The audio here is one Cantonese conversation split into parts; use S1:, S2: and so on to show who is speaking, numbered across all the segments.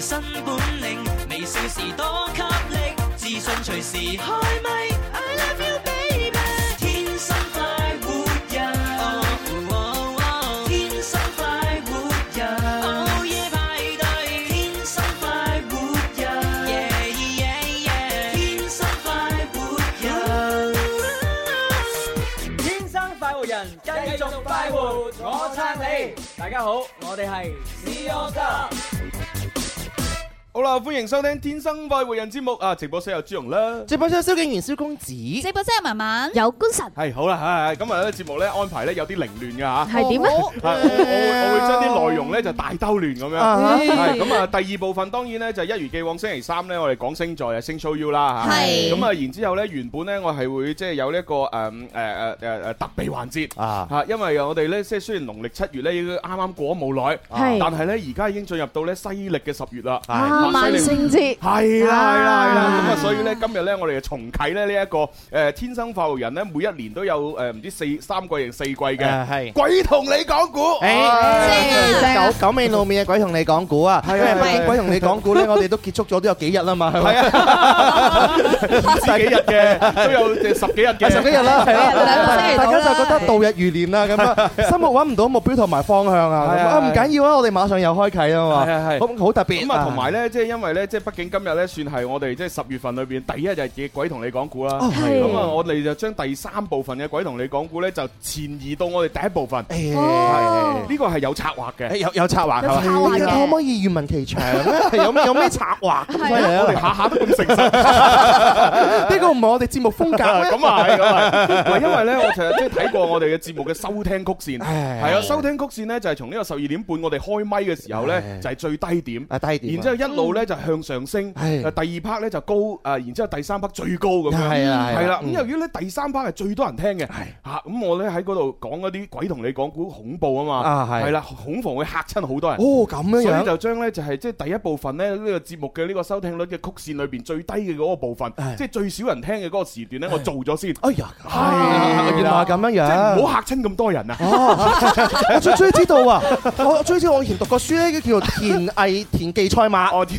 S1: 新本領，微笑時多給力，自信隨時開咪。I love you baby，天生快活人哦哦哦天生快活人，哦午夜派對，天生快活人，yeah yeah yeah，天生快活人。
S2: 天生快活人，繼續快活，我撐你。大家好，我哋係 C O Star。
S3: 好啦，歡迎收聽《天生快活人》節目啊！直播室有朱容啦，
S4: 直播室有蕭敬元、蕭公子，直
S5: 直播室有文文，
S6: 有官神，
S3: 係好啦，係係今日咧節目咧安排咧有啲凌亂嘅嚇。
S6: 係點咧？
S3: 係我我會我會將啲內容咧就大兜亂咁樣，
S4: 啊
S3: 係咁啊！第二部分當然咧就一如既往星期三咧，我哋講星座啊，星 show you 啦嚇。
S5: 係
S3: 咁啊，然之後咧原本咧我係會即係有呢一個誒誒誒誒誒特備環節。
S4: 啊，
S3: 嚇，因為我哋咧，即係雖然農曆七月咧已經啱啱過咗冇耐，
S6: 係
S3: 但係咧而家已經進入到咧西歷嘅十月啦。
S6: 啊，
S3: 萬
S6: 萬
S3: 聖
S6: 聖節，
S3: 係啦係啦係啦，咁啊
S6: 啊
S3: 所以咧今日咧我哋就重啟咧呢一個誒天生快活人咧，每一年都有誒唔知四三季定四季嘅
S4: 誒係
S3: 鬼同你講古。啊
S4: 誒，九九尾老面嘅鬼同你講古啊，因為畢竟鬼同你講古咧，我哋都結束咗都有幾日啦嘛，係咪
S3: 係？啊，唔知 幾日 嘅，都有誒啊十幾日
S4: 係
S3: 嘅，
S4: 十幾日啦，係啦，
S5: 兩個星期
S4: 大
S5: 到啦
S4: 家就覺得度日如年啦，咁啊，生活揾唔到目標同埋方向啊，
S3: 係啊
S4: 咁啊唔緊要啊，我哋馬上又開啟啊嘛，
S3: 係係係
S4: 咁好特別
S3: 咁啊，同埋咧，即係因為咧，即係畢竟今日咧，算係我哋即係十月份裏邊第一日嘅鬼同你講故啦。
S6: 係
S3: 咁啊，我哋就將第三部分嘅鬼同你講故咧，就前移到我哋第一部分。
S4: 誒
S3: 呢個係有策劃
S4: 誒
S3: 嘅。
S4: 有有策劃係
S6: 有策劃
S4: 嘛？
S6: 嘅
S4: 你可唔可以願聞其詳 咧？有咩有咩策劃咁犀利
S3: 我哋
S4: 啊？
S3: 下下都咁誠實，
S4: 呢個唔係我哋節目風格咩？
S3: 咁啊係咁啊係， 喂因為咧，我成日即係睇過我哋嘅節目嘅收聽曲線，
S4: 唉
S3: 係啊，收聽曲線咧就係從呢個十二點半我哋開咪嘅時候咧
S4: 唉
S3: 就係最低點，
S4: 啊低調啊，
S3: 然之後一路咧就向上升，誒
S4: 係
S3: 第二 part 咧就高，啊然之後第三 part 最高咁樣。
S4: 係啊
S3: 係啦，咁
S4: 嗯
S3: 由於咧第三 part 係最多人聽嘅，嚇咁我咧喺嗰度講嗰啲鬼同你講古恐怖啊嘛
S4: 啊，係
S3: 係啦，恐防會嚇親好多人。
S4: 哦咁樣
S3: 所以
S4: 樣，
S3: 就將咧就係即係第一部分咧呢個節目嘅呢個收聽率嘅曲線裏邊最低嘅嗰個部分，
S4: 唉
S3: 即係最少人聽嘅嗰個時段咧，我做咗先，即
S4: 哎呀，
S3: 係啦
S4: 原來係咁樣
S3: 係唔
S4: 樣。
S3: 好嚇親咁多人啊！
S4: 哦，我最最知道啊！我我最知道我以前讀過書咧，叫做田藝田忌賽馬，
S3: 我天，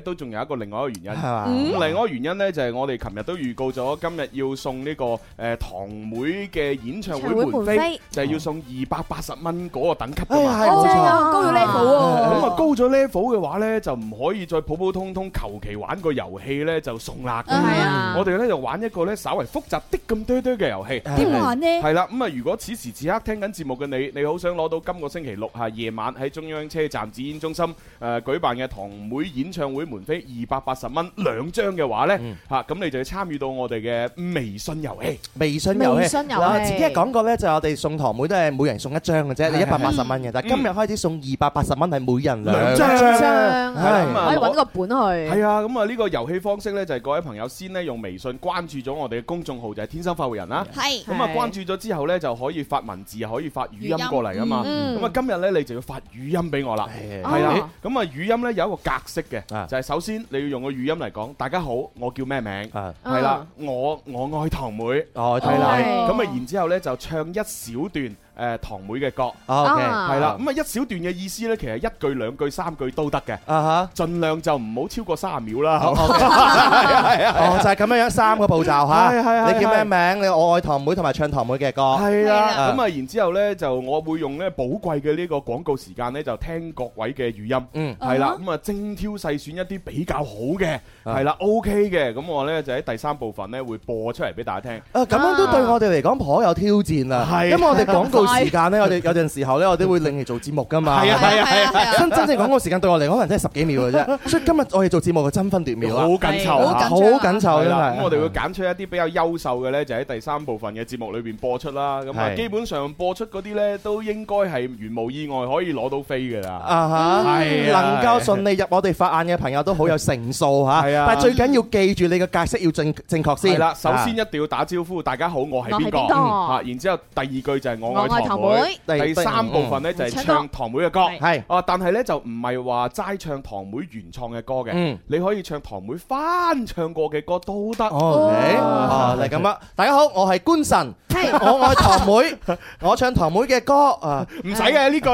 S3: 都仲有一個另外一個原因
S4: 係。嘛？
S3: 咁另外一個原因咧，就係我哋琴日都預告咗，今日要送呢個誒堂妹嘅演唱會門飛，就係要送二百八十蚊嗰個等級
S4: 哎
S3: 噶
S4: 呀，
S3: 嘛。
S4: 係冇錯。
S5: 高咗
S3: 咁
S5: level 喎。
S3: 啊高咗 level 嘅話咧，就唔可以再普普通通求其玩個遊戲咧就送啦。咁
S5: 係
S6: 啊
S3: 我哋咧就玩一個咧稍為複雜的咁多多嘅遊戲。
S5: 點玩呢？
S3: 係啦，咁啊，如果此時此刻聽緊節目嘅你，你好想攞到今個星期六嚇夜晚喺中央車站展演中心誒、呃、舉辦嘅堂妹演唱會門飛二百八十蚊兩張嘅話呢，嚇咁、你就要參與到我哋嘅微信遊戲，
S4: 微信遊
S6: 微
S4: 戲
S6: 信遊戲
S4: 嗱，自己係講過咧，就係我哋送堂妹都係每人送一張嘅啫，你一
S3: 係
S4: 百八十蚊嘅，但係今日開始送二百八十蚊係每人
S3: 兩
S4: 兩
S3: 張係啦
S6: 張
S3: 咁啊
S6: 可以揾
S3: 攞
S6: 個本去，
S3: 係啊，咁啊呢個遊戲方式呢，就係、各位朋友先呢用微信關注咗我哋嘅公眾號就係、天生快活人啦。
S5: 係
S3: 咁啊，
S6: 係
S3: 關注咗之後呢，就可以發文字，可以發語
S5: 語
S3: 音
S5: 音
S3: 過嚟啊嘛。
S6: 嗯
S3: 咁啊，今日呢，你就要發語音俾我啦。
S4: 係
S3: 係啦
S6: 哦，
S3: 咁啊語音咧有一個格式嘅，
S4: 啊
S3: 就係首先你要用個語音嚟講，大家好，我叫咩名？
S4: 啊，
S3: 係啦，我我愛堂妹，
S4: 哦，
S3: 係啦，
S4: 睇啦，
S6: 哦
S3: 咁啊然之後咧就唱一小段誒堂妹嘅歌，
S4: 哦，OK，
S6: 啊
S3: 係啦，咁啊一小段嘅意思咧其實一句兩句三句都得嘅，
S4: 啊
S3: 盡量就唔好超過三十秒
S4: 嚇，好
S3: 啦。
S4: ，OK，哦， 就係咁樣樣三個步驟
S3: 係係
S4: 嚇，
S3: 係
S4: 你叫咩名？你我愛堂妹同埋唱堂妹嘅歌，
S3: 哦係啦，
S4: 係啦
S3: 咁啊，然之後咧就我會用咧寶貴嘅呢個廣告時間咧，就聽各位嘅語音。
S4: 嗯，
S3: 係啦，咁啊精挑細選一啲比較好嘅，
S4: 啊
S3: 係啦 OK 嘅，咁我呢就喺第三部分呢會播出嚟俾大家聽。
S4: 啊咁樣都對我哋嚟講頗有挑戰啊，
S3: 係
S4: 因為我哋廣告時間咧，我哋有陣時候咧，我哋會另嚟做節目噶嘛。
S3: 係啊係啊係啊，
S5: 係 啊
S4: 真真正講個時間對我嚟講，可能真係十幾秒嘅啫。所以今日我哋做節目嘅爭分奪秒
S3: 好
S4: 啊，
S3: 緊湊
S5: 好緊
S3: 啊
S5: 湊
S4: 好緊湊
S3: 係
S4: 真
S3: 啦，
S4: 係。
S3: 咁我哋會揀出一啲比較優秀嘅呢，就喺第三部分嘅節目裏邊播出啦。咁啊，
S4: 係
S3: 基本上播出嗰啲呢，都應該係如無意外可以攞到飛㗎啦。
S4: 啊哈，
S3: 係啊
S4: 能夠順利入我哋法眼嘅朋友都好有成數嚇。
S3: 係啊
S4: 但係最緊要記住你嘅解釋要正正確
S3: 係
S4: 先。
S3: 啦，首先一定要打招呼，大家好，我係邊個
S5: 我係邊個
S3: 嗯嚇？然之後第二句就係我
S5: 我
S3: 愛
S5: 愛
S3: 堂
S5: 堂
S3: 妹。
S5: 妹，
S3: 第
S4: 第
S3: 三部分呢，就係
S5: 唱歌
S3: 唱堂妹嘅歌。
S4: 係
S3: 啊，但係呢，就唔係話齋唱堂妹原創嘅歌嘅，
S4: 嗯
S3: 你可以唱堂妹翻唱過嘅歌都得。
S4: 哦，你哦嚟咁啊！大家好，我係官神，我愛堂 妹，我唱堂妹嘅歌啊，
S3: 唔使嘅呢句，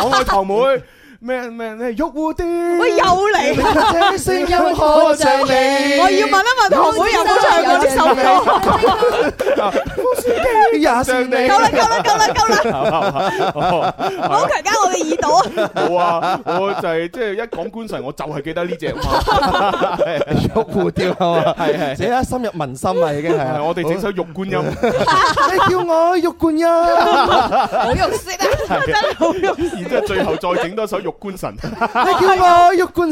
S3: 我愛堂妹咩咩咩玉蝴蝶。
S5: 喂又嚟，
S4: 這聲音可像你，
S5: 我要問一問堂妹有冇唱過呢首歌？
S4: 也是你，
S5: 夠啦夠啦夠啦夠啦，唔
S3: 好
S5: 好強姦我嘅耳朵。
S3: 冇啊！我就係即係一講官神，我就係記得呢只嘛。係
S4: 玉蝴蝶係嘛？
S3: 係係
S4: 寫得深入民心啦，已經係
S3: 係，我哋整首玉觀音，
S4: 你叫我玉冠音，你
S5: 好肉色啊，真係好肉色。
S3: 然之後最後再整多首玉觀神。
S4: 啊叫我玉冠。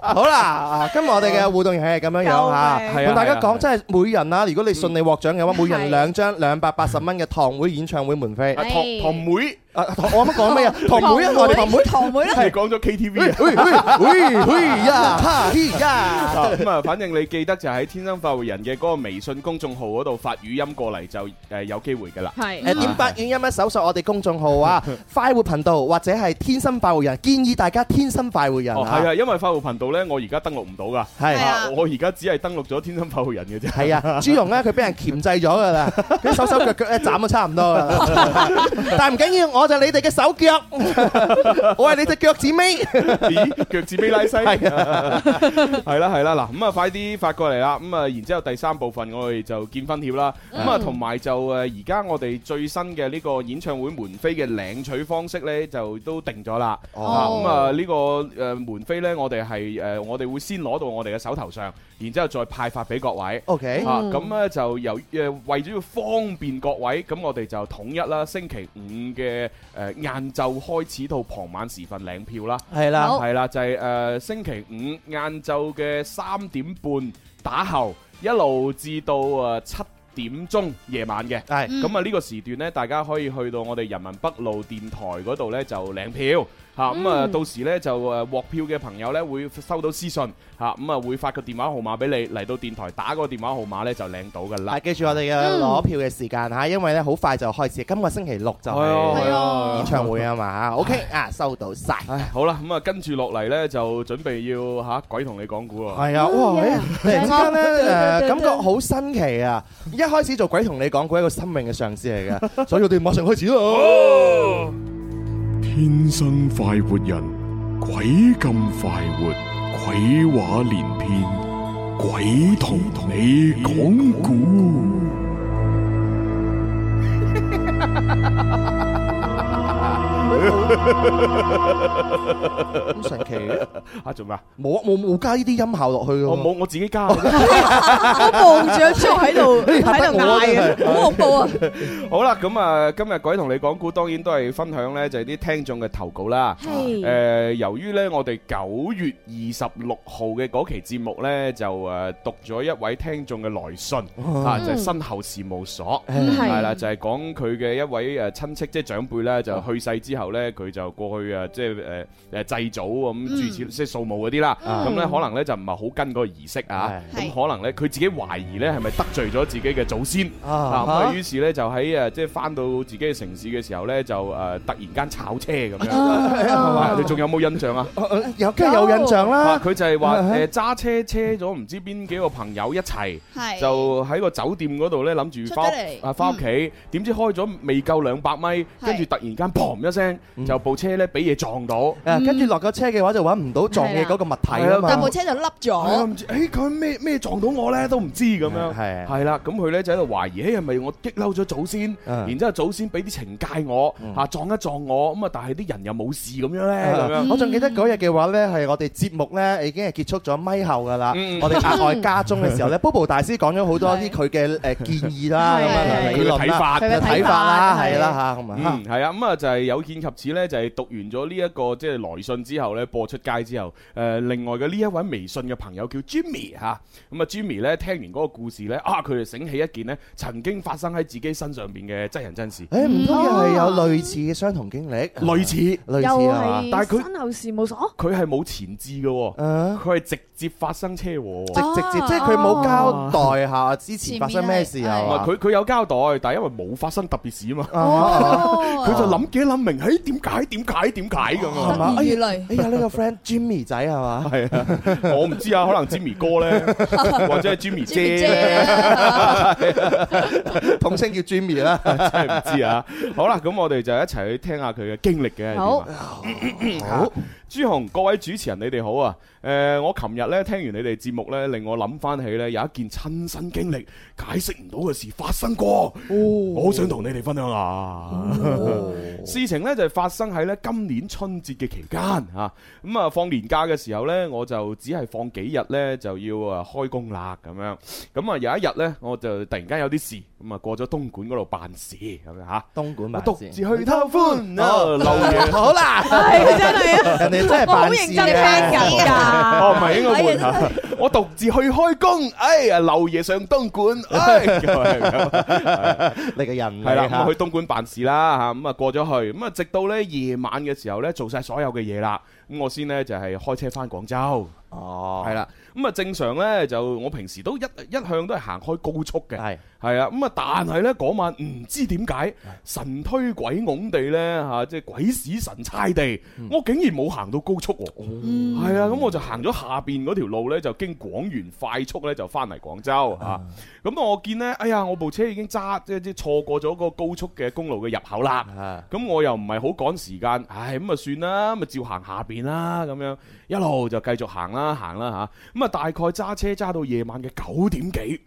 S4: 好啦，啊今日我哋嘅互動遊戲係咁樣樣嚇
S5: 救，
S3: 命
S4: 同大家
S3: 係啊係啊
S4: 講真係每人啦，如果你順利獲獎嘅話，每人兩張兩百八十蚊嘅堂會演唱會門飛。
S3: 啊堂堂妹，
S4: 啊，堂我啱啱講咩啊？ 堂妹啊，我哋堂妹。
S5: 堂妹咧，
S3: 你講咗 KTV 啊？
S4: 喂喂喂呀！哈嘿呀！
S3: 啊咁啊，反正你記得就喺天生發匯人嘅嗰個微信公眾號嗰度發語音過嚟就誒有機會㗎啦。
S6: 係
S4: 誒點發語音咧？啊搜索我哋公眾號 啊，快活頻道或者係天生快活人，建議大家天生快活人
S3: 哦，係
S4: 啊，
S3: 啊，因為發匯頻道咧，我而家登錄唔到㗎。
S5: 係
S4: 係
S5: 啊。
S3: 啊我而家只係登錄咗天生發匯人嘅啫。
S4: 係啊，朱容咧佢俾人鉗制咗噶啦，佢手手腳腳咧斬咗差唔多 啦，但係唔緊要，我就係你哋嘅手 腳，我係你隻腳趾尾，
S3: 咦，腳趾尾拉 西，
S4: 啊
S3: 係啦係啦，嗱咁啊，快啲發過嚟啦，咁啊，然之後第三部分我哋就見分曉啦，
S4: 嗯
S3: 咁啊，同埋就誒而家我哋最新嘅呢個演唱會門飛嘅領取方式咧，就都定咗啦，
S4: 哦
S3: 啊咁啊呢個誒門飛咧，我哋係誒我哋會先攞到我哋嘅手頭上，然之後再派發俾各位。
S4: OK，
S3: 啊，咁咧就由誒為咗要方便各位，咁我哋就統一啦，星期五嘅誒晏晝開始到傍晚時分領票啦。
S4: 係啦
S5: 好，
S3: 係啦，就係、呃星期五晏晝嘅三點半打後，一路至到誒七點鐘夜晚嘅。
S4: 係
S3: 咁啊呢個時段呢，大家可以去到我哋人民北路電台嗰度呢，就領票嚇，咁啊到時呢，就誒獲票嘅朋友呢，會收到私信嚇，咁啊會發個電話號碼俾你，嚟到電台打個電話號碼呢，就領到噶啦
S4: 嗱，。記住我哋嘅攞票嘅時間嚇，因為咧好快就開始，今個星期六就
S5: 係
S4: 係
S5: 啊
S4: 演唱會啊嘛嚇，OK 啊，收到晒。
S3: 唉，好啦，咁啊跟住落嚟呢，就準備要嚇鬼同你講古啊！
S4: 係啊，哇！誒突然之間 咧，誒感覺好新奇啊！一開始做鬼同你講過一個生命嘅嘗試嚟嘅，所以我哋馬上開始咯。
S7: 天生快活人，鬼咁快活，鬼話連篇，鬼同你講古。
S4: 咁神奇嘅，
S3: 嚇做咩啊？
S4: 冇冇冇加呢啲音效落去嘅喎。
S3: 我 冇我自己加。
S5: 我望住阿朱喺 度喺度嗌嘅，好恐 怖啊！
S3: 好啦，咁啊，今日鬼同你講故，當然都係分享呢，就係啲聽眾嘅投稿啦。
S4: 嗯
S3: 誒、呃由於呢，我哋九月二十六號嘅嗰期節目呢，就誒、讀咗一位聽眾嘅來信，
S4: 哦
S3: 啊，
S4: 嗯
S3: 就係身後事務所。
S4: 誒
S3: 係啦，就係講佢嘅一位誒親戚，即係長輩咧，就去世之後咧，佢就過去誒，即係誒誒祭祖咁諸如此即係掃墓嗰啲啦。
S4: 嗯
S3: 咁咧可能咧就唔係好跟嗰個儀式啊，
S5: 係
S3: 咁可能咧佢自己懷疑咧係咪得罪咗自己嘅祖先
S4: 啊
S3: 啊？咁啊，
S4: 哈
S3: 於是咧就喺誒即係翻到自己嘅城市嘅時候咧，就誒突然間炒車咁樣。啊你仲有冇印象啊？
S4: 誒誒有梗係有印象
S3: 啊，
S4: 啦。
S3: 佢就係話
S4: 啊哈
S3: 誒揸車車咗唔知邊幾個朋友一齊。
S5: 係
S3: 就喺個酒店嗰度咧，諗住
S5: 出
S3: 翻
S5: 咗嚟
S4: 嗯
S3: 啊翻屋企，點知開咗未夠兩百米，跟住突然間砰一聲就部車咧俾嘢撞到。
S4: 誒跟住落咗車嘅話就揾唔到撞嘢嗰個物體啊嘛。
S5: 但部車就凹
S3: 係啊，
S5: 咗，
S3: 唔知，誒佢咩咩撞到我咧都唔知咁樣，
S4: 係啊
S3: 係啦，咁佢咧就喺度懷疑，誒係咪我激嬲咗祖先，
S4: 嗯
S3: 然之後祖先俾啲懲戒我，嚇撞一撞我，咁啊但係啲人又冇事咁樣咧，咁
S4: 啊
S3: 樣
S4: 我仲記得嗰日嘅話呢，係我哋節目呢已經係結束咗咪後噶啦。
S3: 嗯
S4: 我哋額外加鐘嘅時候呢，Bobo 大師講咗好多啲佢嘅誒建議啦，咁
S5: 係
S4: 樣
S5: 係
S4: 理論
S3: 佢嘅
S4: 啦、
S3: 睇法
S5: 佢嘅
S4: 睇
S5: 睇
S4: 法啦，係
S5: 係
S4: 啦嚇咁啊。
S3: 嗯，係啊，咁啊就係有見及此咧，就係讀完咗呢一個即係來信之後咧，播出街之後，誒另外嘅呢一位微信嘅朋友叫 Jimmy 嚇，咁啊 Jimmy 咧聽完嗰個故事咧，啊佢就醒起一件咧曾經發生喺自己身上邊嘅真人真事，
S4: 誒唔通又係有類似嘅相同經歷？
S3: 類似，
S4: 類
S5: 又
S4: 似啊嘛
S5: 係
S3: 但係佢
S5: 身後事務所，
S3: 佢係冇前置嘅喎。
S4: 啊
S3: 佢係直接發生車禍喎。
S4: 直直接即係佢冇交代下之前發生咩事
S3: 唔係
S4: 啊？
S3: 佢佢有交代，但係因為冇發生特別事啊嘛，
S4: 啊
S5: 哦
S3: 佢就諗幾諗明，誒點解點解點解咁
S4: 係
S3: 啊？
S4: 嘛
S5: 得意如類，
S4: 哎呀，呢個 friend Jimmy 仔係嘛？
S3: 係啊，我唔知啊，可能 Jimmy 哥 咧，或者係 Jimmy 姐咧，
S5: 姐，
S4: 統稱叫 Jimmy 啦。
S3: 真係唔知啊。好啦，咁我哋就一齊去聽下佢嘅經歷嘅係點啊。啊
S5: 好
S4: 好，
S3: 朱紅，各位主持人，你哋好啊！誒、我琴日咧聽完你哋節目咧，令我諗翻起咧有一件親身經歷解釋唔到嘅事發生過，我好想同你哋分享下。 事情咧就係發生喺咧今年春節嘅期間嚇，咁啊放年假嘅時候咧，我就只係放幾日咧就要啊開工啦咁樣。咁啊有一日咧，我就突然間有啲事，咁啊過咗東莞嗰度辦事咁樣嚇，
S4: 東莞
S3: 我
S4: 辦
S3: 獨
S4: 事
S3: 自去偷歡啊，漏嘢。
S4: 好啦，
S5: 係真係啊，
S4: 人哋真係
S5: 我好
S4: 辦事
S5: 認真聽
S4: 嘅。
S5: 緊㗎，
S3: 哦，唔係應該換 下，我獨自去開工，哎呀，漏夜上東莞，哎，咁係咁
S4: 你嘅人
S3: 係啦，
S4: 嚟
S3: 咁我去東莞辦事啦嚇，咁啊過咗去，咁啊直到咧夜晚嘅時候咧做晒所有嘅嘢啦，咁我先咧就係開車翻廣州，
S4: 哦，
S3: 係啦，咁啊正常咧就我平時都一一向都係行開高速嘅。
S4: 係
S3: 係啊，咁啊，但係呢嗰晚唔知點解神推鬼拱地呢，吓，即係鬼使神差地，我竟然冇行到高速喎。係啊，咁我就行咗下邊嗰條路呢，就經廣園快速呢，就翻嚟廣州吓。咁我見呢，哎呀，我部車已經揸即係即係錯過咗個高速嘅公路嘅入口啦。
S4: 啊，
S3: 咁我又唔係好趕時間，唉咁啊算啦，咁啊照行下邊啦，咁樣一路就繼續行啦行啦吓，咁啊大概揸車揸到夜晚嘅九點幾，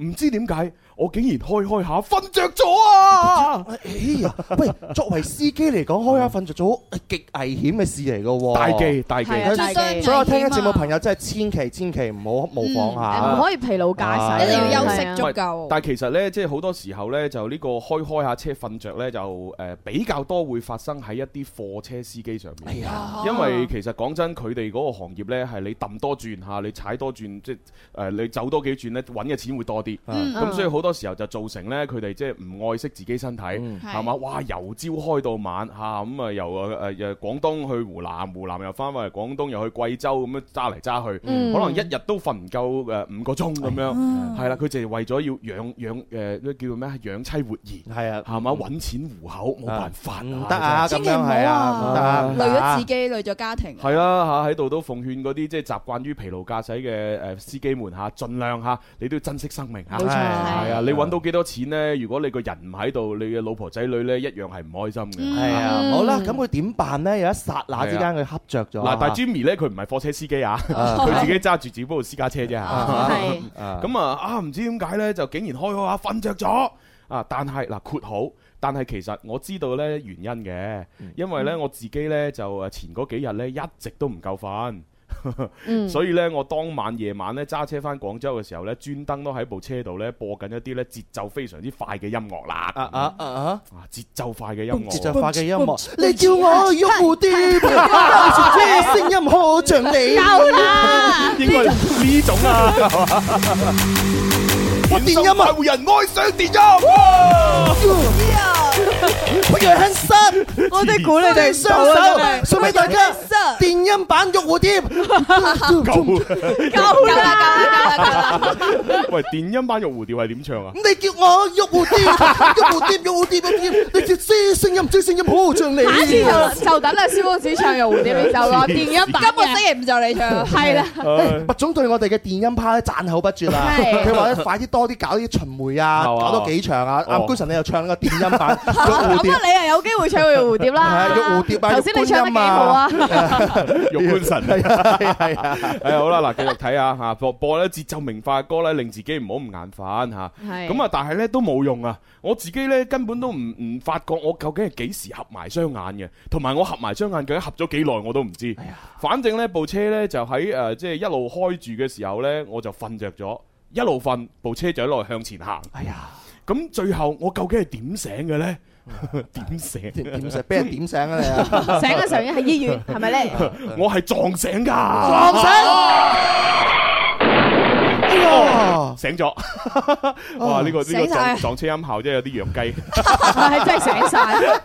S3: 唔知點解我竟然開開下瞓着咗啊！
S4: 哎呀，喂，作為司機嚟講，開下瞓着咗極危險嘅事嚟嘅喎。
S3: 大忌大忌，
S5: 係啊
S4: 所以
S5: 大忌
S4: 所以我聽緊節目朋友真係千祈千祈唔好模仿
S5: 嗯唔
S4: 下。
S5: 可以疲勞駕駛，
S4: 一定要休息
S3: 唔
S5: 足。
S3: 係但係其實呢，即係好多時候呢，就呢個開開下車瞓着呢，就誒、呃比較多會發生喺一啲貨車司機上面。
S4: 哎呀，
S3: 因為其實講真，佢哋嗰個行業呢，係你揼多轉嚇，你踩多轉，即係誒你走多幾轉呢，揾嘅錢會多啲。
S5: 嗯
S3: 咁所以好多時候就造成呢，佢哋即係唔愛惜自己身體，
S4: 嗯
S3: 係嘛？哇，由朝開到晚嚇，咁啊由誒誒廣東去湖南，湖南又翻返嚟廣東，又去貴州咁樣揸嚟揸去，
S5: 嗯
S3: 可能一日都瞓唔夠誒五個鐘咁樣，
S4: 啊
S3: 係啦，佢就係為咗要養養誒嗰叫做咩啊養妻活兒，
S4: 係啊，
S3: 係嘛？揾錢糊口，冇辦法，
S4: 唔得啊，咁
S5: 千
S4: 樣
S5: 祈唔好啊
S4: 係啊，唔得啊，
S6: 累咗自己，累咗家庭。
S3: 係啦嚇，喺度都奉勸嗰啲即係習慣於疲勞駕駛嘅誒司機們嚇，盡量嚇你都要珍惜生命嚇。
S4: 嗯
S5: 冇錯
S3: 係啊，你揾到幾多錢呢？如果你個人唔喺度，你嘅老婆仔女呢一樣係唔開心嘅。
S4: 係啊，好啦，咁佢點辦咧？有一剎那之間，佢恰着咗。
S3: 嗱，但係 Jimmy 呢，佢唔係貨車司機啊，
S4: 啊
S3: 佢自己揸住自己部私家車啫嚇。
S5: 係
S4: 啊
S3: 咁啊啊，唔知點解呢，就竟然開開下瞓着咗啊！但係嗱，括號，但係其實我知道呢原因嘅，
S4: 嗯
S3: 因為呢我自己呢，就誒呃前嗰幾日呢，一直都唔夠瞓。
S5: 嗯
S3: 所以咧，我當晚夜晚咧揸車翻廣州嘅時候咧，專登都喺部車度咧播緊一啲咧節奏非常之快嘅音樂啦。
S4: 啊啊啊啊！
S3: 啊節奏快嘅音樂，
S4: 節奏化嘅音樂，你叫我喐蝴蝶， 當時聲音好像你，
S3: 應該係呢種啊。
S4: 我電音啊，
S3: 湖人愛上電音。哇
S4: 我若很濕，
S5: 我哋估你哋
S4: 雙
S5: 唔到啊啦
S4: 手送俾大家，電音版喐蝴蝶，咁
S5: 夠
S6: 夠
S5: 啦，
S6: 啦夠啦夠啦！
S3: 喂，電音版玉蝴蝶係點唱啊？
S4: 你叫我喐蝴蝶， 喐蝴蝶，喐蝴蝶，喐蝴蝶，你叫啲聲音，啲聲音好像你，
S5: 下次就就等阿蕭公子唱《蝴蝶》呢首咯，電音版
S6: 今個星
S5: 嘅，
S6: 期五就你唱，
S5: 係啦，
S4: 麥總對我哋嘅電音趴咧讚口不絕啊！
S5: 係
S4: 佢話咧快啲多啲搞啲巡迴啊，
S3: 係嘛
S4: 搞多幾場啊！
S3: 哦
S4: 阿官神你又唱個電音版，蝴
S5: 咁
S4: 蝶
S5: 啊，你又有機會唱佢蝴蝶啦。
S4: 係啊玉蝴蝶啊
S5: 頭先你唱得幾好啊，
S3: 玉官神。
S4: 係啊係啊
S3: 係哎好啦，嗱，繼續睇下吓，播播咧節奏明快嘅歌咧，令自己唔好唔眼瞓吓。
S5: 係
S3: 咁啊，但係咧都冇用啊！我自己咧根本都唔唔發覺我究竟係幾時合埋雙眼嘅，同埋我合埋雙眼究竟合咗幾耐我都唔知。反正咧部車咧就喺誒即係一路開住嘅時候咧，我就瞓着咗，一路瞓部車就一路向前行。
S4: 哎呀，
S3: 咁最後我究竟係點醒嘅咧？ 點醒？
S4: 點點 醒？俾人點醒啊你 啊！
S5: 醒嘅時候已經喺醫院，係咪咧？
S3: 我係撞醒㗎，
S5: Ờ,
S4: 撞醒！哎呀，
S3: 醒咗。 哇！呢個呢個
S6: 醒晒
S3: 撞撞車音效真係有啲弱雞。
S5: 係真係醒晒。
S3: 啊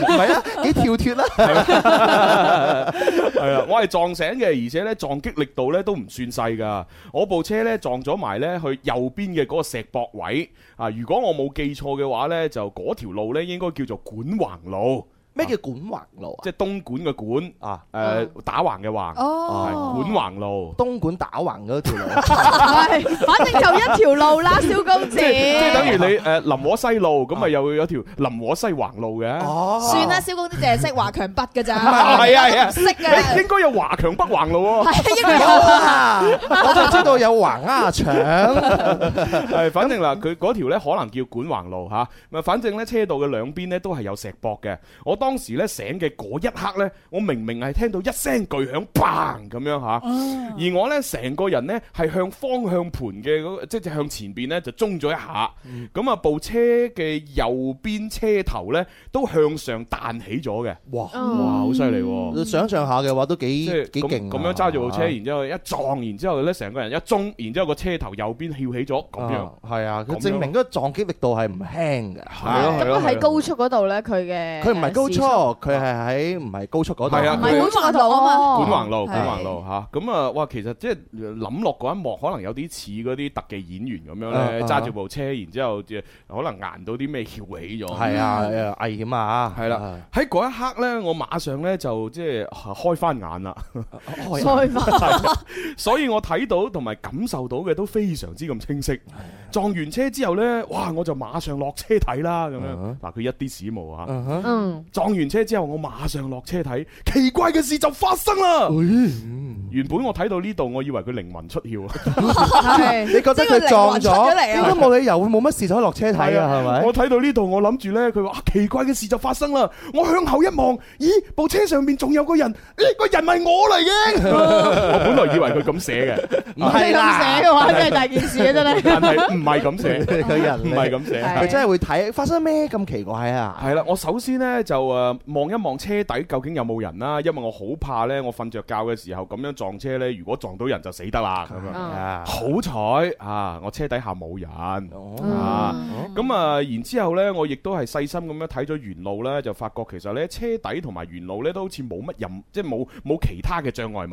S4: 唔係啊，幾跳 脱啦！
S3: 系啊，我係撞醒嘅，而且咧撞擊力度咧都唔算細噶。我部車咧撞咗埋咧去右邊嘅嗰個石博位啊！如果我冇記錯嘅話咧，就嗰條路咧應該叫做管橫路，
S4: 咩叫管橫路啊？
S3: 即係東莞嘅管啊，诶、打橫嘅橫，
S6: 哦，
S3: 係管橫路。
S4: 東莞打橫嗰條路，
S5: Ờ, 係，反正就一條路啦，蕭公子。
S3: 即係等於你诶林和西路，咁咪又會有條林和西橫路嘅。
S4: 哦，
S5: Ờ.
S6: 算啦，蕭公子淨係識華強北㗎咋，
S3: 係啊係啊
S6: 唔識
S3: 誒
S6: 㗎，
S3: 應該有華強北橫路
S5: Ờ.
S3: 喎。
S6: 係應該
S4: 有
S6: 有
S4: 啊，我就知道有橫鴉腸，
S3: 係，反正嗱，佢嗰條咧可能叫管橫路嚇，咁啊，反正咧車道嘅兩邊咧都係有石博嘅。我當時咧醒嘅嗰一刻咧，我明明係聽到一聲巨響砰咁樣嚇，而我咧成個人咧係向方向盤嘅嗰個即係向前邊咧就中咗一下，
S4: 嗯
S3: 咁啊部車嘅右邊車頭咧都向上彈起咗嘅，
S4: 哇！
S5: Ờ. 哦
S3: 哇，好犀利喎！
S4: 想象下嘅話都
S3: 即
S4: 幾
S3: 係
S4: 嗯幾勁
S3: 咁
S4: 啊
S3: 咁樣揸住部車，然之後一撞，然之後咧成個人一中，然之後個車頭右邊翹起咗咁樣。
S4: 啊係啊，
S3: 咁
S4: 佢
S3: 樣
S4: 證明嗰個撞擊力度係唔輕嘅。
S3: 係咯係
S5: 咁
S3: 咯
S5: 喺高速嗰度咧，佢嘅
S4: 佢唔係高
S5: 時
S4: 速，
S5: 速
S4: 佢係喺唔係高速嗰度。
S3: 係啊
S5: 唔
S3: 佢
S5: 係高速嗰度
S6: 哦
S5: 啊
S3: 管
S5: 嘛。
S3: 橫路，
S6: 係
S3: 管橫路嚇，咁啊，哇！其實即係諗落嗰一幕，可能有啲似嗰啲特技演員咁樣咧，
S4: 啊啊
S3: 揸住部車，然之後即係可能捱到啲咩翹起咗。
S4: 係啊，誒危險啊！
S3: 係啦，喺嗰一刻咧，我馬上咧就即係啊開翻眼 啦，
S4: 開眼
S5: 開翻
S3: 所以我睇到同埋感受到嘅都非常之咁清晰。
S4: 啊
S3: 撞完車之後咧，哇！我就馬上落車睇啦，咁樣
S4: 啊
S3: 嗱，佢一啲屎冇啊！
S4: 嗯哼
S5: 嗯，
S3: 撞完車之後，我馬上落車睇，奇怪嘅事就發生啦。
S4: 哦
S3: 原本我睇到呢度，我以為佢靈魂出竅啊。
S5: 係
S4: 你覺得佢撞
S6: 即係個靈魂出咗嚟
S4: 咗，
S6: 啊
S4: 應該冇理由會冇乜事就可以落車睇啊？係咪
S3: 我？睇到呢度，我諗住呢，佢話啊奇怪嘅事就發生啦！我向後一望，咦，部車上面仲有個人，咦，個人咪我嚟嘅。 我本來以為佢咁寫嘅，
S4: 唔
S5: 你咁寫嘅話，真係大件事啊！真係。
S3: 但係唔係咁寫，
S4: 佢人
S3: 唔係咁寫。
S5: 係
S4: 佢真係會睇發生咩咁奇怪啊？
S3: 係啦，我首先呢，就誒望一望車底究竟有冇人啦，因為我好怕呢，我瞓着覺嘅時候咁樣撞車呢，如果撞到人就死得啦咁樣。
S5: 嗯
S4: 啊！
S3: 好彩啊！我車底下冇人。
S4: 哦
S5: Ờ.
S3: 啊，咁啊，然之後呢，我亦都係細心咁樣睇咗原路呢，就發覺其實呢車底同埋原路呢都好似冇乜任，即係冇冇其他嘅障礙物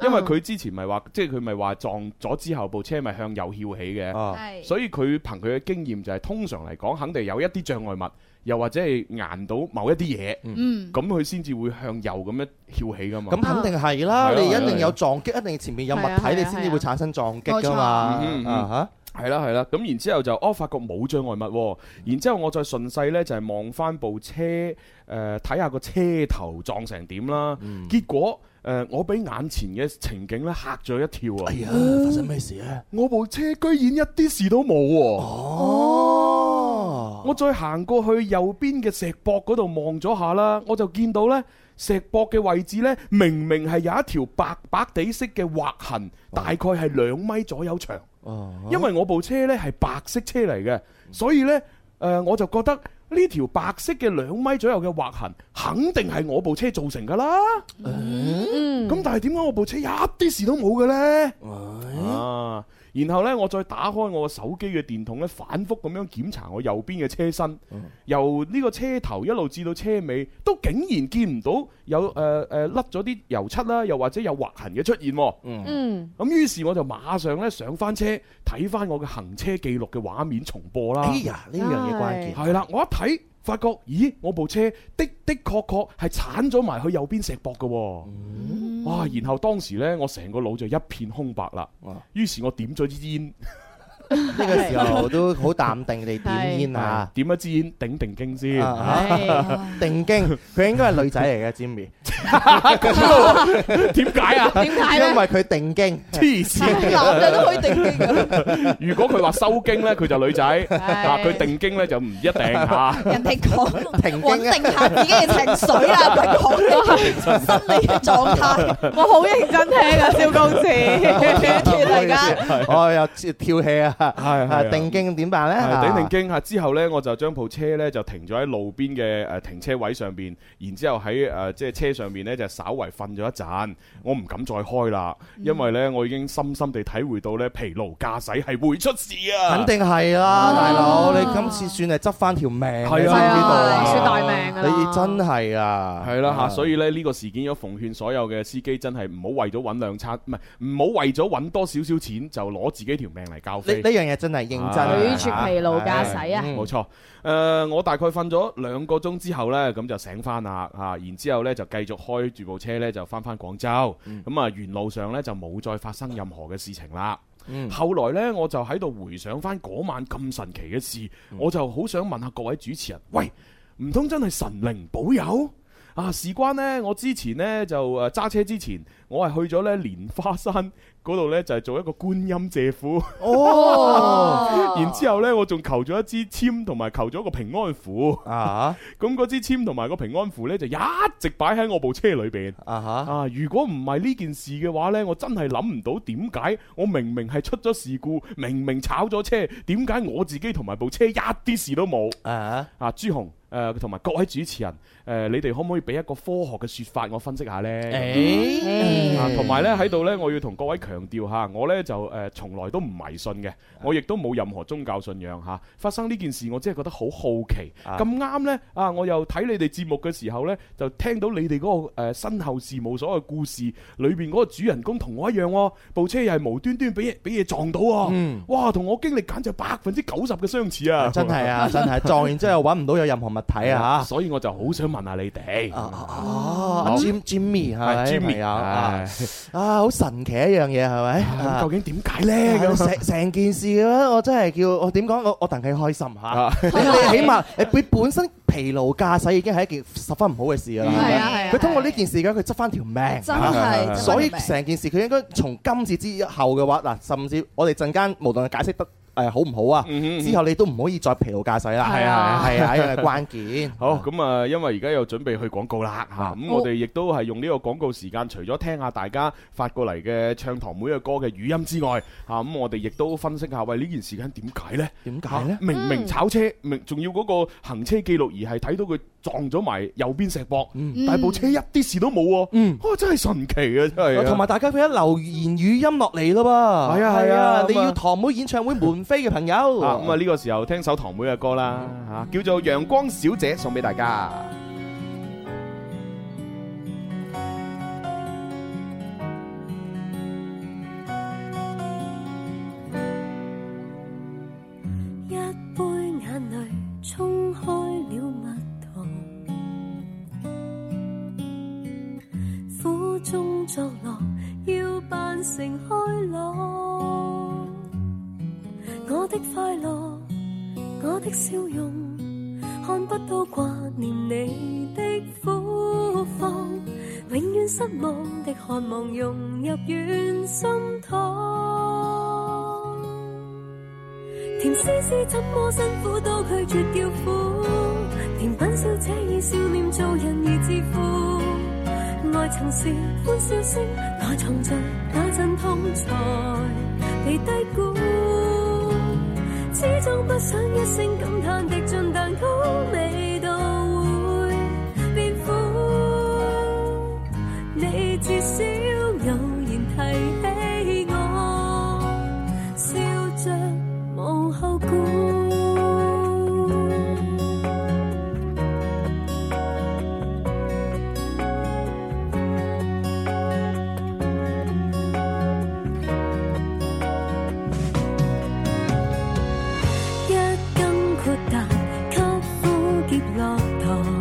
S3: 啊。因為佢之前咪話，即係佢咪話撞咗之後，部車咪向右翹起嘅，
S4: 啊！
S6: 係
S3: 所以佢憑佢嘅經驗就係、通常嚟講，肯定有一啲障礙物，又或者係硬到某一啲嘢，
S6: 嗯，
S3: 咁佢先至會向右咁樣翹起噶嘛。
S4: 咁肯定係
S3: 係
S4: 啦，
S3: 啊
S4: 你一
S3: 係啊
S4: 定有撞擊，一定前面有物
S5: 係啊係啊
S4: 體，你先至會產生撞擊噶嘛
S3: 冇錯嗯嗯。嗯
S4: 啊
S3: 係啦係啦，咁然之後就哦發覺冇障礙物喎，然之後我再順勢呢，就係望翻部車，誒睇下個車頭撞成點啦，
S4: 嗯
S3: 結果。誒、我俾眼前嘅情景咧嚇咗一跳
S4: 嚇！
S3: 啊
S4: 哎！呀，發生咩事啊？
S3: 我部車居然一啲事都冇喎、
S4: 哦，
S3: 我再行過去右邊嘅石博嗰度望咗下啦，我就見到呢石博嘅位置呢，明明係有一條白白地色嘅劃痕，大概係兩米左右長。
S4: 哦
S3: 因為我部車呢係白色車嚟嘅，所以呢，誒、我就覺得呢條白色嘅兩米左右嘅劃痕，肯定係我部車造成㗎啦。
S5: 嗯
S3: 咁但係點解我部車一啲事都冇嘅呢？啊！然後呢，我再打開我個手機嘅電筒呢，反覆咁樣檢查我右邊嘅車身，
S4: 嗯
S3: 由呢個車頭一路至到車尾，都竟然見唔到有誒誒甩咗啲油漆啦，又或者有劃痕嘅出現喎。
S5: 嗯。
S3: 咁於是我就馬上咧上翻車睇翻我嘅行車記錄嘅畫面重播啦
S4: 哎。呀，呢樣嘢關鍵。
S3: 係啦，我一睇發覺，咦，我部車的的確確係鏟咗埋去右邊石博嘅喎。哇！然後當時呢，我成個腦就一片空白啦
S4: 哇。
S3: 於是我點咗支煙，
S4: 呢個時候都好淡定地點煙啊！
S3: 點一支煙頂定經先。
S4: 啊定經，佢應該係女仔嚟嘅，Jimmy，
S3: 點解啊？
S5: 點解
S4: 因
S5: 咧？
S4: 為佢 定經，
S3: 黐線！
S5: 男嘅都可以定經嘅，
S3: 如果佢話收經咧，佢就女仔；啊，佢定經咧就唔一定啊嚇。
S6: 人哋講
S4: 停
S6: 穩
S4: 經啊
S6: 定下自己嘅情緒 啦，唔係講你心理嘅狀態。
S5: 我好認真聽啊，蕭公子，
S4: 唔好
S5: 突
S4: 意思
S5: 然間，
S4: 我又跳戲啊！
S3: 係
S4: 啊定經點辦咧？
S3: 係頂定驚嚇之後呢，我就將部車呢就停咗喺路邊嘅誒停車位上邊，然之後喺誒即係車上面呢，就稍為瞓咗一陣，我唔敢再開啦，
S4: 嗯
S3: 因為呢，我已經深深地體會到呢，疲勞駕駛係會出事啊！
S4: 肯定係啦，大佬，你今次算係執翻條命喺
S3: 係啊
S5: 係
S4: 呢
S5: 啊，
S4: 度
S5: 算
S4: 啊！
S5: 大命㗎啦，
S4: 你真係啊，
S3: 係啦嚇，所以咧呢個事件要奉勸所有嘅司機，真係唔好為咗揾兩餐，唔係唔好為咗揾多少少錢就攞自己條命嚟交
S4: 呢
S3: 飛
S4: 呢。樣嘢真啊係認真，
S5: 拒絕疲勞駕駛啊！
S4: 嗯
S3: 冇錯，誒、我大概瞓咗兩個鐘之後呢，咁就醒翻啦，嚇、然之後呢，就繼續開住部車呢，就翻翻廣州，
S4: 嗯
S3: 咁啊、沿路上呢，就冇再發生任何嘅事情啦。
S4: 嗯
S3: 後來呢，我就喺度回想翻嗰晚咁神奇嘅事，
S4: 嗯
S3: 我就好想問下各位主持人，喂，唔通真係神靈保佑？啊，事關呢，我之前呢，就誒揸車之前，我係去咗呢蓮花山嗰度呢，就係、做一個觀音借庫。
S6: 哦
S3: 然之後呢，我仲求咗一支籤，同埋求咗個平安符。
S4: 啊
S3: 咁嗰支籤同埋個平安符呢，就一直擺喺我部車裏邊。
S4: 啊嚇！
S3: 啊！如果唔係呢件事嘅話呢，我真係諗唔到點解我明明係出咗事故，明明炒咗車，點解我自己同埋部車一啲事都冇？
S4: 啊！
S3: 啊，朱紅誒，同埋各位主持人誒、呃你哋可唔可以俾一個科學嘅説法我分析下呢？
S4: 誒
S3: 啊，同埋咧喺度咧，我要同各位強調下，我咧就誒從來都唔迷信嘅，
S4: 啊
S3: 我亦都冇任何宗教信仰嚇。發生呢件事，我真係覺得好好奇。
S4: 啊
S3: 咁啱咧啊！我又睇你哋節目嘅時候咧，就聽到你哋嗰個誒呃身後事務所嘅故事，裏邊嗰個主人公同我一樣喎，部車又係無端端俾嘢俾嘢撞到喎
S4: 嗯，
S3: 哇！同我經歷簡直百分之九十嘅相似啊！
S4: 真係啊，真係撞完之後揾唔到有任何物體啊嚇！
S3: 所以我就好想問下你哋，
S4: 哦，Jim Jimmy 係咪
S3: 係 Jimmy
S4: 有啊
S3: 唉
S4: 啊，好神奇一樣嘢係咪？
S3: 咁究竟點解
S4: 啊
S3: 咧？咁
S4: 成成件事咧，我真係叫我點講？我我戥佢開心
S3: 啊
S4: 嚇。你你起碼你本本身疲勞駕駛已經係一件十分唔好嘅事㗎啦。
S5: 係啊係啊
S4: 佢通過呢件事嘅話，佢執翻條命。
S6: 真係
S4: 啊
S6: 真係
S4: 所以
S6: 明
S4: 成件事佢應該從今次之後嘅話，嗱，甚至我哋陣間無論係解釋得誒好唔好啊，
S3: 嗯哼嗯哼
S4: 之後你都唔可以再疲勞駕駛啦。
S5: 係啊
S4: 係啊，係啊，呢個係關鍵。
S3: 好，咁啊，因為而家又準備去廣告啦嚇，咁我哋亦都係用呢個廣告時間，除咗聽下大家發過嚟嘅唱堂妹嘅歌嘅語音之外，嚇咁我哋亦都分析下，喂呢件事間點解呢？
S4: 點解咧
S3: 嚇？明明炒車，明仲要嗰個行車記錄儀係睇到佢撞咗埋右邊石壆，但係部車一啲事都冇喎，
S4: 嗯
S3: 啊真係神奇啊，真係啊，
S4: 同埋大家佢一留言語音落嚟咯噃。
S3: 係啊係啊咁啊
S4: 你要堂妹演唱會門飛嘅朋友。
S3: 啊咁啊呢個時候聽首堂妹嘅歌啦嚇，叫做《陽光小姐》送俾大家。
S8: 一杯眼淚沖開了蜜糖，苦中作樂，要扮成開朗。我的快樂，我的笑容，看不到掛念你的苦況，永遠失望的渴望融入軟心膛。甜絲絲怎麼辛苦都拒絕叫苦，甜品小姐以笑臉做人而自負。愛曾是歡笑聲，內藏着那陣痛才被低估。始終不想一聲感嘆滴進蛋糕，味道會變苦。你至少偶然提起我。笑着無後顧。一根豁達，給苦澀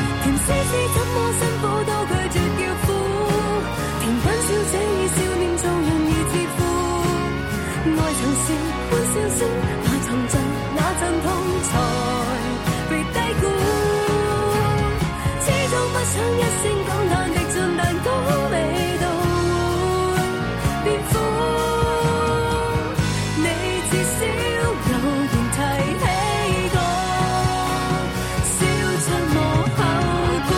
S8: 麼辛苦都拒絕叫苦，甜品小姐以笑臉做人如自負。愛曾是歡笑聲，怕沉盡那陣痛才被低估。始終不想一聲講嘆，滴盡蛋糕味道會變苦。你至少有緣提起過，笑着無後顧。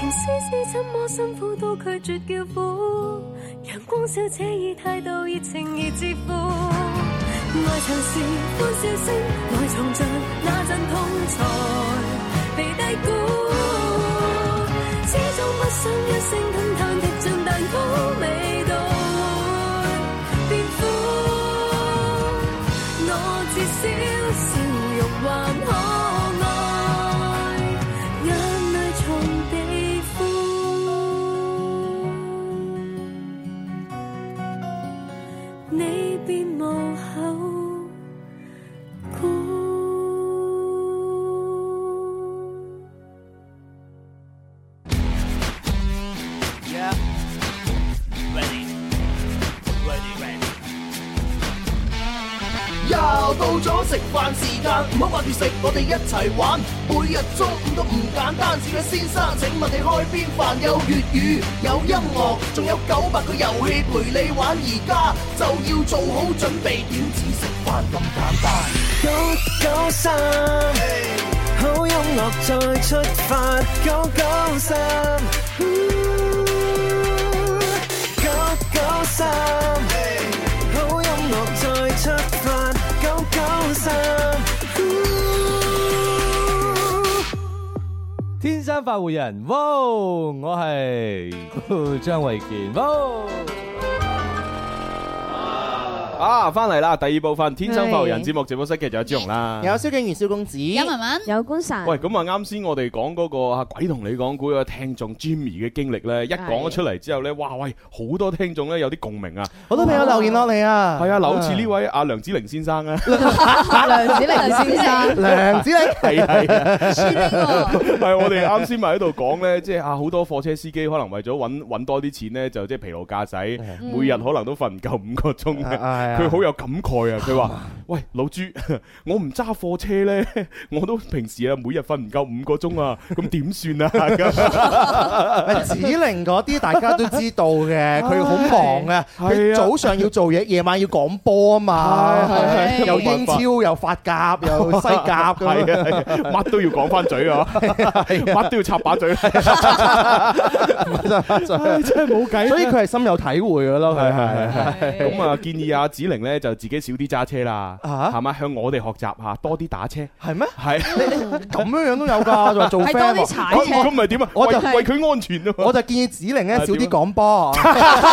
S8: 甜絲絲怎麼辛苦都拒絕叫苦，陽光小姐以態度熱情而自負。愛曾是歡笑聲，愛藏着那陣痛才被低估。始終不想一聲感嘆，滴進蛋糕味道會變苦。我至少笑容還可愛，眼淚從地敷，你便無後顧。
S9: 又到咗食飯時間，唔好掛住食，我哋一齊玩。每日中午都唔簡單，小嘅先生，請問你開邊飯？有粵語，有音樂，仲有九百個遊戲陪你玩。而家就要做好準備，點止食飯咁簡單？
S1: 九九三，好音樂再出發，九九三，九九三，好音樂再出發，九九三。
S2: 天生快活人，哇！我係 張衛健，哇！
S3: 啊，翻嚟啦，第二部分《天生快活人》
S5: 係
S3: 節目直播室嘅就有朱容啦。
S4: 有蕭敬元、蕭公子，
S6: 有文文，
S5: 有官神，
S3: 喂，咁啊，啱先我哋講嗰個啊鬼同你講古嘅聽眾 Jimmy 嘅經歷咧，一講咗出嚟之後咧，哇喂，好多聽眾咧有啲共鳴啊！
S4: 好多朋友留言落嚟啊，
S3: 係啊，嗱，好似呢位阿梁子玲先生啊，
S5: 梁子玲先 生，
S4: 梁子玲。
S3: 係係啊。
S6: 輸邊個？
S3: 係我哋啱先咪喺度講呢，即係啊好多貨車司機可能為咗揾揾多啲錢呢，就即係疲勞駕駛，每日可能都瞓唔夠五個鐘嘅。佢好有感慨啊！佢話：喂，老朱， 我唔揸貨車呢， 我都平時啊每日瞓唔夠五個鐘啊，咁點算啊？
S4: 喂子玲嗰啲大家都知道 嘅，佢好忙啊，
S3: 係
S4: 佢
S3: 啊
S4: 早上要做嘢，夜晚要講波啊嘛，
S3: 係係
S4: 又
S3: 冇辦
S4: 英超
S3: 法
S4: 又法甲又 西甲咁
S3: 係
S4: 樣。
S3: 啊，係啊乜都要講翻嘴 啊，乜都要插把 嘴，唉真係冇計。
S4: 所以佢係深有體會嘅咯，佢
S3: 啊係
S4: 係
S3: 咁啊，建議阿子玲呢，就自己少啲揸車啦，
S4: 啊
S3: 係咪向我哋學習嚇，多啲打車。
S4: 係咩？
S3: 係。
S4: 咁樣樣都有㗎，就話做
S5: 係多
S4: friend
S5: 啲
S4: 喎。
S5: 踩
S3: 咁
S5: 車，
S3: 咁咪點啊？
S4: 我
S3: 為
S4: 就
S3: 為佢安全啊嘛！
S4: 我就建議子玲咧
S3: 係
S4: 少啲
S3: 點啊
S4: 講波，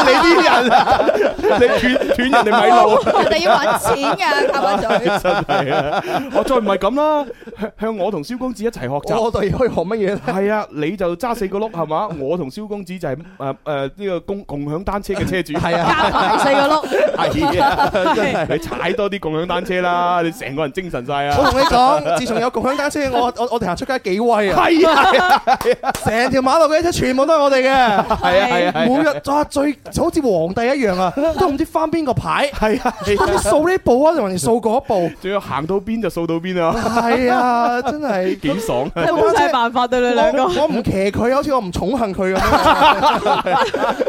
S3: 你啲人啊， 你斷斷人哋米路，啊
S6: 人哋要揾錢㗎，靠把嘴。
S3: 真 係啊！我再唔係咁啦，向向我同蕭公子一齊學習。
S4: 我哋可以學乜嘢咧？
S3: 係啊，你就揸四個轆係 嘛？我同蕭公子就係誒誒呢個共共享單車嘅車主。
S4: 係啊，
S5: 加埋四個碌，
S3: 係啊， 你踩多啲共享單車啦，你成個人精神晒
S4: 我
S3: 啊！
S4: 同你講，自從有共享單車，我我我哋行出街幾威啊！
S3: 係啊，係啊，
S4: 成條馬路嘅車全部都係我哋嘅。
S3: 係啊，係啊，
S4: 每日啊最就好似皇帝一樣啊，都唔知翻邊個牌，
S3: 係啊，係啊，
S4: 掃呢步啊同人哋掃嗰步，
S3: 仲要行到邊就掃到邊啊，
S4: 係啊，真係。
S3: 幾爽啊！
S5: 真係冇晒辦法對你兩個
S4: 我，我唔騎佢，好似我唔寵幸 佢咁樣。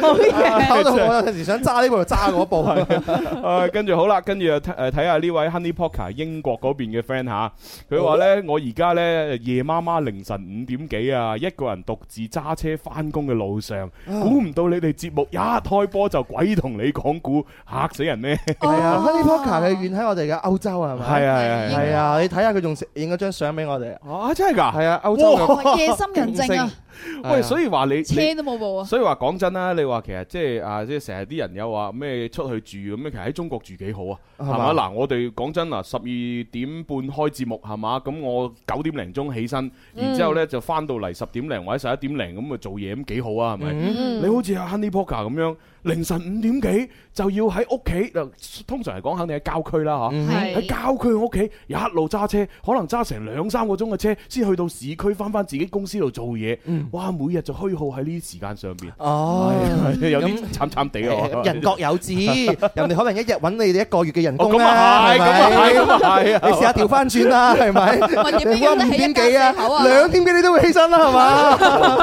S5: 冇嘢。
S4: 搞到我有陣時想揸呢步就揸嗰步。
S3: 誒，啊跟住好啦，跟住誒睇下呢位 Honey Poker 英國嗰邊嘅 friend 吓，佢話呢，
S4: 啊
S3: 我而家呢，夜媽媽凌晨五點幾啊，一個人獨自揸車翻工嘅路上，
S4: 啊
S3: 估唔到你哋節目一開波就鬼同你講股，嚇死人呢！
S4: 係啊，Honey
S6: 哦
S4: Poker 嘅遠喺我哋嘅歐洲係咪？
S3: 係啊係啊
S4: 係啊，你睇下佢仲影咗張相俾我哋。
S3: 係啊，真係㗎！
S4: 係啊，歐洲嘅
S6: 哇夜深人靜啊，
S3: 喂，所以話你你
S6: 車都冇部啊。
S3: 所以話講真啦，你話其實即係啊，即係成日啲人有話咩出去住咁樣，其實喺中中國住幾好啊？
S4: 係
S3: 係
S4: 嘛
S3: 嘛？嗱，我哋講真嗱，十二點半開節目係嘛？咁我九點零鐘起身，
S4: 嗯
S3: 然之後呢就翻到嚟十點零或者十一點零咁啊做嘢咁幾好啊？係咪？
S4: 嗯
S3: 你好似阿 Honey Poker 咁樣，凌晨五點幾就要喺屋企，嗱通常嚟講肯定喺郊區啦
S4: 嗯
S3: 嚇。
S5: 係
S3: 喺郊區屋企一路揸車，可能揸成兩三個鐘嘅車，先去到市區翻翻自己公司度做嘢。
S4: 嗯
S3: 哇！每日就虛耗喺呢啲時間上邊，
S4: 哦。
S3: 係 有啲慘慘地啊！
S4: 人各 有志，人哋可能一日揾你哋一個月嘅人工
S3: 咁啊
S4: 咧，
S3: 係，咁啊係，
S4: 係
S3: 咁
S4: 咪？
S3: 啊係
S4: 你試下調翻轉啦，係 咪？
S5: 喂點
S4: 你
S5: 樣
S4: 講
S5: 都
S4: 五
S5: 起
S4: 點
S5: 一家
S4: 幾啊
S5: 四口，啊
S4: 兩點幾你都會起身啦，係嘛？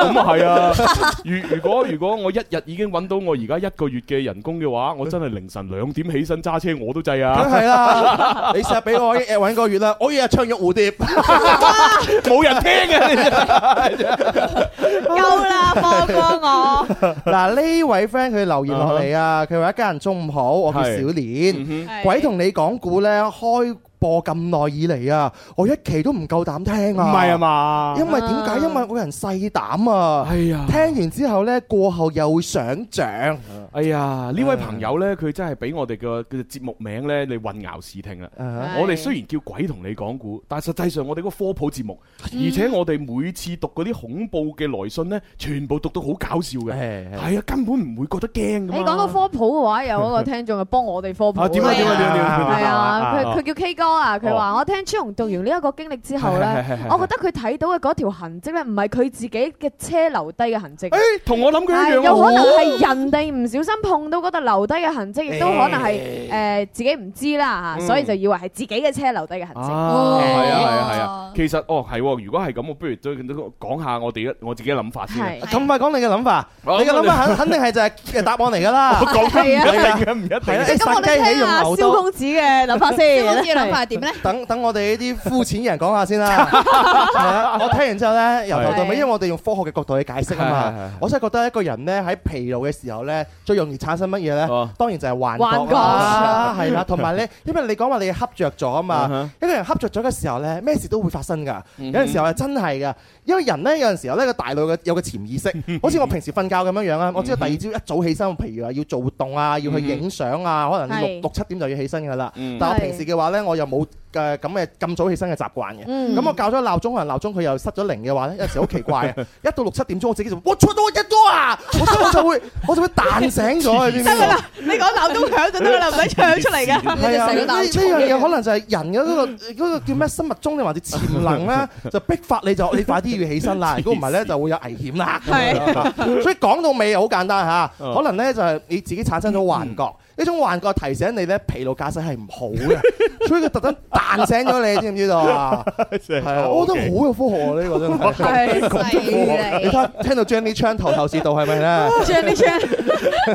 S3: 咁啊係啊！如如果如果我一日已經揾到我而家一個月嘅人工嘅話，我真係凌晨兩點起身揸車我都制
S4: 梗
S3: 啊！
S4: 係 啦，你試下俾我一日揾個月啦，我日日唱玉蝴蝶。
S3: 冇人聽嘅，
S5: 夠啦，放過我。
S4: 嗱呢位 friend 佢留言落嚟啊，佢話一家人中午好，我叫小
S3: 係
S4: 蓮。鬼同你講故呢，開播咁耐以嚟啊，我一期都唔夠膽聽
S3: 唔
S4: 啊。
S3: 係啊？嘛？
S4: 因為點解？因為我個人細膽啊。
S3: 哎呀！
S4: 聽完之後呢，過後又想像。
S3: 哎呀，呢位朋友呢，佢真係俾我哋嘅嘅節目名呢，你混淆視聽啦。
S4: 啊
S3: 我哋雖然叫鬼同你講故，但係實際上我哋嗰個科普節目，而且我哋每次讀嗰啲恐怖嘅來信呢，全部讀到好搞笑嘅，
S4: 係係
S3: 係啊，根本唔會覺得驚㗎嘛
S5: 你講到科普嘅話，有一個聽眾係幫我哋科普
S3: 啊
S5: 嘅。
S3: 點啊點啊點啊點啊點啊
S5: 係啊，佢
S3: 啊哦
S5: 佢叫 K 哥啊，佢話我聽朱紅讀完呢一個經歷之後
S3: 係
S5: 咧
S3: 係係係，係
S5: 我覺得佢睇到嘅嗰條痕跡咧，唔係佢自己嘅車留低嘅痕跡。啊
S3: 誒同我諗佢一
S5: 係
S3: 哎樣啊
S5: 有可
S3: 喎。
S5: 能係人哋唔小心碰到嗰度留低嘅痕
S3: 哦
S5: 跡，亦都可能係誒自己唔知啦啊嚇，所以就以為係自己嘅車留低嘅痕跡。
S3: 嗯啊，係啊，係啊，係啊
S6: 哦。
S3: 其實哦，係喎，如果係咁，我不如都都講下我哋嘅我自己嘅諗法先。啊
S5: 係
S4: 咁快講你嘅諗法，你
S3: 好
S4: 嘅諗法肯肯定係就係答案嚟㗎啦
S3: 我。講得唔一
S5: 啊
S3: 定
S4: 係
S3: 啊嘅，唔一
S4: 係啦，
S3: 定。
S4: 誒殺雞起用牛
S5: 蕭
S4: 刀。
S5: 公子嘅諗法先。
S6: 咁嘅諗法係點咧？
S4: 等等，我哋呢啲膚淺嘅人講下 先啦。係啊我聽完之後呢，由頭到尾，
S5: 係
S4: 因為我哋用科學嘅角度去解釋啊
S3: 係係係
S4: 嘛。我真係覺得一個人呢，喺疲勞嘅時候呢，最容易產生乜嘢
S3: 哦
S4: 呢？當然就係幻
S5: 幻
S4: 覺
S5: 覺
S4: 啦，係啦。同埋 呢，因為你講話你恰着咗啊
S3: 啊
S4: 嘛
S3: 哈，
S4: 一個人恰着咗嘅時候呢，咩事都會發生㗎。有
S3: 嗯
S4: 陣時候係真係㗎，因為人呢，有陣時候呢個大腦嘅有個潛意識， 好似我平時瞓覺咁樣樣啊，
S3: 嗯
S4: 我知道第二朝一早起身，譬如話要做活動啊，要去影相啊，可能六
S5: 係
S4: 六七點就要起身㗎啦。
S3: 嗯
S4: 但我
S5: 係
S4: 平時嘅話呢，我又冇誒咁嘅咁早起身嘅習慣嘅。
S5: 嗯
S4: 咁我校咗鬧鐘，可能鬧鐘佢又失咗靈嘅話呢，有陣時好奇怪 啊！一到六七點鐘，我自己就我錯到一咗啊！我所以我就會我就會彈醒咗，啊 你知唔知
S5: 得噶啦，你講鬧鐘響就得噶啦，唔使唱出嚟噶。
S4: 係啊，
S6: 你哋
S4: 呢
S6: 成個
S4: 呢
S6: 鬧鐘
S4: 樣嘢可能就係人嘅嗰個嗰個叫咩生物鐘定還是潛能咧，就逼發你 就你快啲要起身啦，如果唔係咧就會有危險 啦。
S5: 係
S4: 所以講到尾好簡單嚇，
S3: 嗯
S4: 可能咧就係你自己產生咗幻覺，呢種幻覺提醒你咧疲勞駕駛係唔好 嘅，所以佢特登彈醒咗你，知唔知道 啊？係啊，我覺得好有科學啊呢個真 係。
S5: 係
S4: 你睇下聽到 Jenny Chan 頭頭是道係咪 咧？
S5: 唱你唱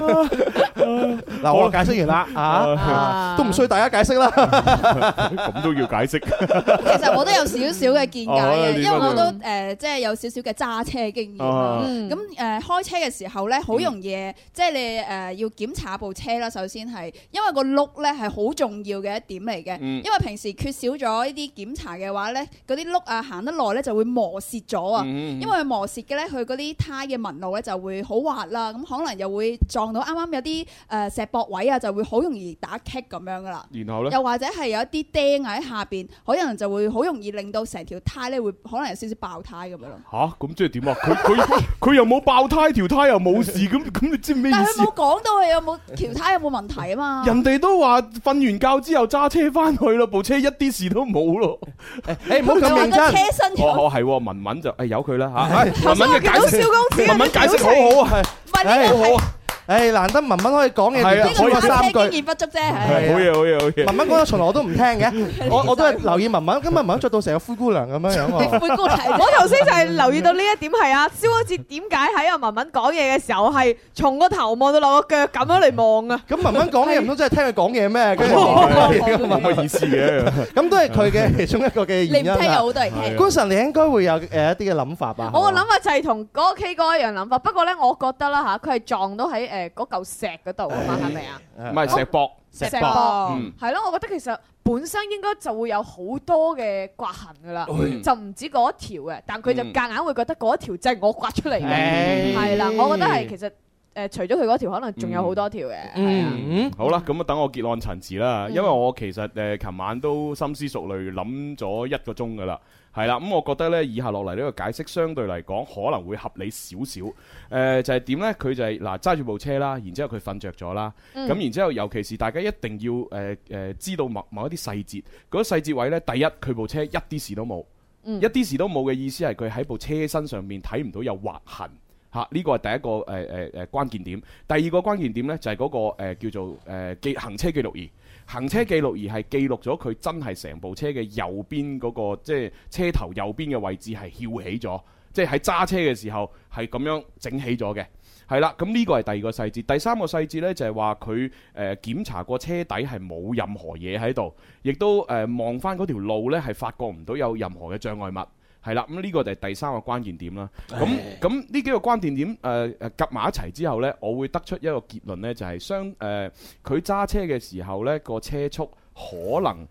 S4: 嗱，我解釋完啦，啊
S5: 啊，
S4: 都唔需要大家解釋啦。
S3: 咁都要解釋。
S6: 其實我都有少少嘅見解
S3: 哦
S6: 嘅，
S4: 啊
S3: 你
S6: 因為我都誒
S5: 點
S6: 即係有少少嘅揸車經驗
S3: 啊
S4: 哦
S6: 啦。
S5: 嗯
S6: 咁誒開車嘅時候咧，好容易即係你誒要檢查部車啦。首先係因為個轆咧係好重要嘅一點嚟嘅，
S3: 嗯
S6: 因為平時缺少咗呢啲檢查嘅話咧，嗰啲轆啊行得耐咧就會磨蝕咗啊。
S3: 因
S6: 因為佢磨蝕嘅咧，佢嗰啲胎嘅紋路咧就會好滑啦，咁可能又會撞到啱啱有啲誒石駁位啊，就會好容易打棘咁樣噶啦。
S3: 然後呢。
S6: 又或者係有一啲釘喺下邊，可能就會好容易令到成條胎咧會可能有少少爆胎咁樣咯。
S3: 吓咁即係點啊？佢佢佢又冇爆胎，條胎又冇事，咁咁你知咩意
S6: 但係
S3: 思
S6: 佢？冇講到佢有冇條胎有冇問題啊嘛。
S3: 人哋都話瞓完覺之後揸車翻去咯，部車一啲事都冇 咯。
S4: 誒，唔好咁
S6: 佢話
S4: 認
S6: 個
S4: 真
S6: 車。身條
S3: 哦，係喎文文就誒由佢啦 吓，文文嘅解
S5: 頭先
S3: 釋，
S5: 我見到蕭公子嘅
S3: 文文解釋好好啊，
S6: 唔係呢個
S3: 好
S6: 係
S3: 啊，
S4: 誒，難得文文可以講嘢，
S3: 係啊
S4: 連續
S6: 呢
S4: 講
S6: 個
S4: 三
S6: 揸車
S4: 句。
S6: 經驗不足啫。
S3: 好
S6: 係
S3: 嘢好嘢好嘢。
S4: 文文講咗從來我都唔聽嘅，我我都係留意文文。咁文文着到成個灰姑娘咁樣樣喎。
S6: 灰姑娘
S5: 我頭先就係留意到呢一點係啊，蕭好似點解喺阿文文講嘢嘅時候係從個頭望到落個腳咁樣嚟望啊？
S4: 咁文文講嘢唔通真係聽佢講嘢咩？跟住
S3: 冇乜意思嘅，
S4: 咁都係佢嘅其中一個嘅
S6: 你
S4: 原
S6: 唔
S4: 因
S6: 聽有
S4: 啦。
S6: 好多人
S3: 啊
S6: 聽。
S4: 官神，你應該會有誒一啲嘅諗法吧？
S5: 我個諗法就係同嗰個 K 哥一樣諗法，不過咧，我覺得啦嚇，佢係撞到喺誒嗰嚿石嗰度啊嘛，係咪啊？
S4: Dạ.
S3: 唔係石博，
S4: 石
S5: 石
S4: 博，
S5: 博
S3: 嗯
S5: 係咯，我覺得其實本身應該就會有好多嘅刮痕噶啦，就唔止嗰一條嘅，但佢就
S3: 嗯
S5: 夾硬會覺得嗰一條就係我刮出嚟嘅。
S4: 誒
S5: 係啦，我覺得係其實誒、誒，除咗佢嗰條，可能仲有好多條嘅。係啊
S2: 嗯，
S3: 好啦，咁啊等我結案陳詞啦，因為我其實誒琴晚都深思熟慮諗咗一個鐘噶啦。係啦，咁、我覺得呢，以下落嚟呢個解釋相對嚟講可能會合理少少。誒、就係、點呢？佢就係嗱揸住部車啦，然之後佢瞓着咗啦。咁、然之後，尤其是大家一定要誒誒、知道某某一啲細節。嗰啲細節位呢，第一佢部車一啲事都冇，一啲事都冇嘅意思係佢喺部車身上面睇唔到有劃痕。嚇！呢個係第一個誒誒誒關鍵點。第二個關鍵點呢，就係、嗰個、呃、叫做誒記、行車記錄儀。行車記錄儀係記錄咗佢真係成部車嘅右邊嗰、個，即係車頭右邊嘅位置係翹起咗，即係喺揸車嘅時候係咁樣整起咗嘅。係啦，咁呢個係第二個細節。第三個細節呢，就係話佢誒檢查過車底係冇任何嘢喺度，亦都誒望翻嗰條路呢，係發覺唔到有任何嘅障礙物。係啦，咁呢個就係第三個關鍵點啦。咁咁呢幾個關鍵點誒誒夾埋一齊之後呢，我會得出一個結論呢，就係相誒佢揸車嘅時候呢個車速可能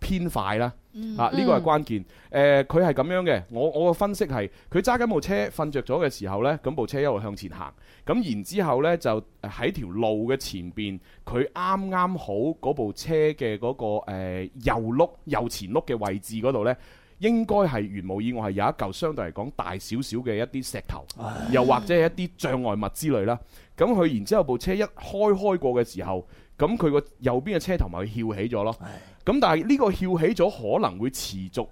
S3: 偏快啦。啊，呢個係關鍵。誒，佢係咁樣嘅。我我嘅分析係，佢揸緊部車瞓着咗嘅時候呢，咁部車一路向前行。咁然之後呢，就喺條路嘅前邊，佢啱啱好嗰部車嘅嗰個誒右轆右前轆嘅位置嗰度呢。應該係原無意外係有一嚿相對嚟講大少少嘅一啲石頭，又或者係一啲障礙物之類啦。咁佢然之後部車一開開過嘅時候，咁佢個右邊嘅車頭咪翹起咗咯。咁但係呢個翹起咗可能會持續，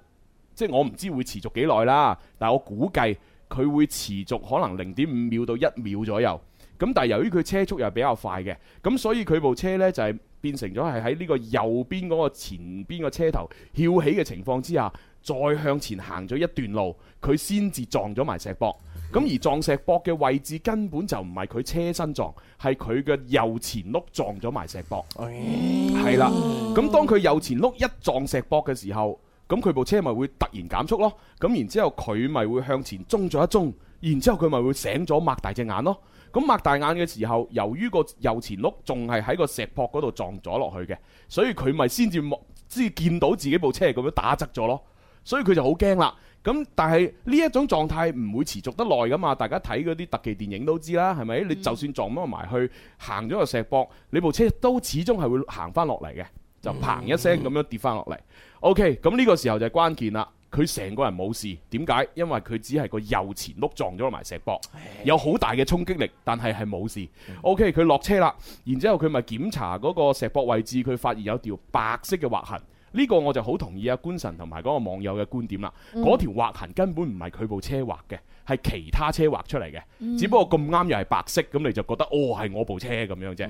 S3: 即係我唔知會持續幾耐啦。但係我估計佢會持續可能零點五秒到一秒左右。咁但係由於佢車速又係比較快嘅，咁所以佢部車呢就係、變成咗係喺呢個右邊嗰個前邊個車頭翹起嘅情況之下，再向前行咗一段路，佢先至撞咗埋石壆。咁而撞石壆嘅位置根本就唔係佢車身撞，係佢嘅右前轆撞咗埋石壆。係啦，咁當佢右前轆一撞石壆嘅時候，咁佢部車咪會突然減速咯。咁然之後佢咪會向前中咗一中，然之後佢咪會醒咗擘大隻眼咯。咁擘大眼嘅時候，由於個右前轆仲係喺個石壆嗰度撞咗落去嘅，所以佢咪先至望，先見到自己部車係咁樣打側咗咯。所以佢就好驚啦。咁但係呢一種狀態唔會持續得耐噶嘛，大家睇嗰啲特技電影都知啦，係咪？你就算撞咗埋去，行咗個石壆，你部車都始終係會行翻落嚟嘅，就砰一聲咁樣跌翻落嚟。OK，咁呢個時候就係關鍵啦。佢成個人冇事，點解？因為佢只係個右前轆撞咗埋石壆，有好大嘅衝擊力，但係係冇事。OK，佢落車啦，然之後佢咪檢查嗰個石壆位置，佢發現有條白色嘅劃痕。呢個我就好同意啊官神同埋嗰個網友嘅觀點啦。嗰條劃痕根本唔係佢部車劃嘅，係其他車劃出嚟嘅。只不過咁啱又係白色，咁你就覺得哦係我部車咁樣啫。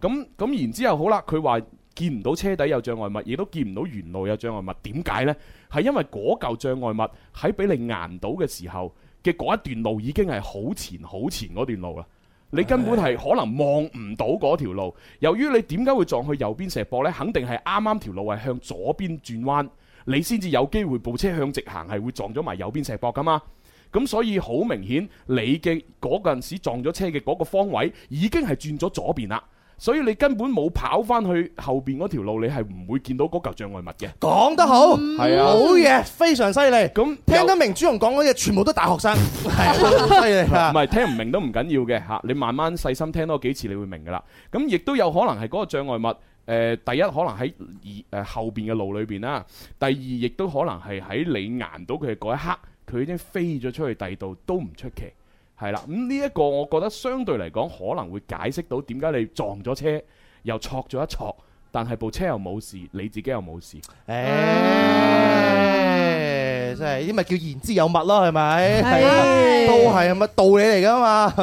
S3: 咁咁然之後好啦，佢話見唔到車底有障礙物，亦都見唔到沿路有障礙物。點解呢？係因為嗰嚿障礙物喺俾你硬到嘅時候嘅嗰一段路已經係好前好前嗰段路啦。你根本係可能望唔到嗰條路。由於你點解會撞去右邊石壆呢？肯定係啱啱條路係向左邊轉彎，你先至有機會部車向直行係會撞咗埋右邊石壆噶嘛。咁所以好明顯，你嘅嗰陣時撞咗車嘅嗰個方位已經係轉咗左邊啦。所以你根本冇跑翻去後邊嗰條路，你係唔會見到嗰嚿障礙物嘅。
S4: 講得好，
S3: 係啊
S4: 好嘢，非常犀利。
S3: 咁
S4: 聽得明朱紅講嗰啲嘢，全部都大學生，係犀利啊
S3: 唔！係聽唔明都唔緊要嘅嚇，你慢慢細心聽多幾次，你會明噶啦。咁亦都有可能係嗰個障礙物。誒、第一可能喺而誒後邊嘅路裏邊啦，第二亦都可能係喺你硬到佢嘅嗰一刻，佢已經飛咗出去第二度都唔出奇，係啦。咁呢一個我覺得相對嚟講可能會解釋到點解你撞咗車又挫咗一挫，但係部車又冇事，你自己又冇事。
S4: 誒，真係呢咪叫言之有物咯，係咪？
S5: 係
S4: 係都係咪道理嚟噶嘛？
S3: 啊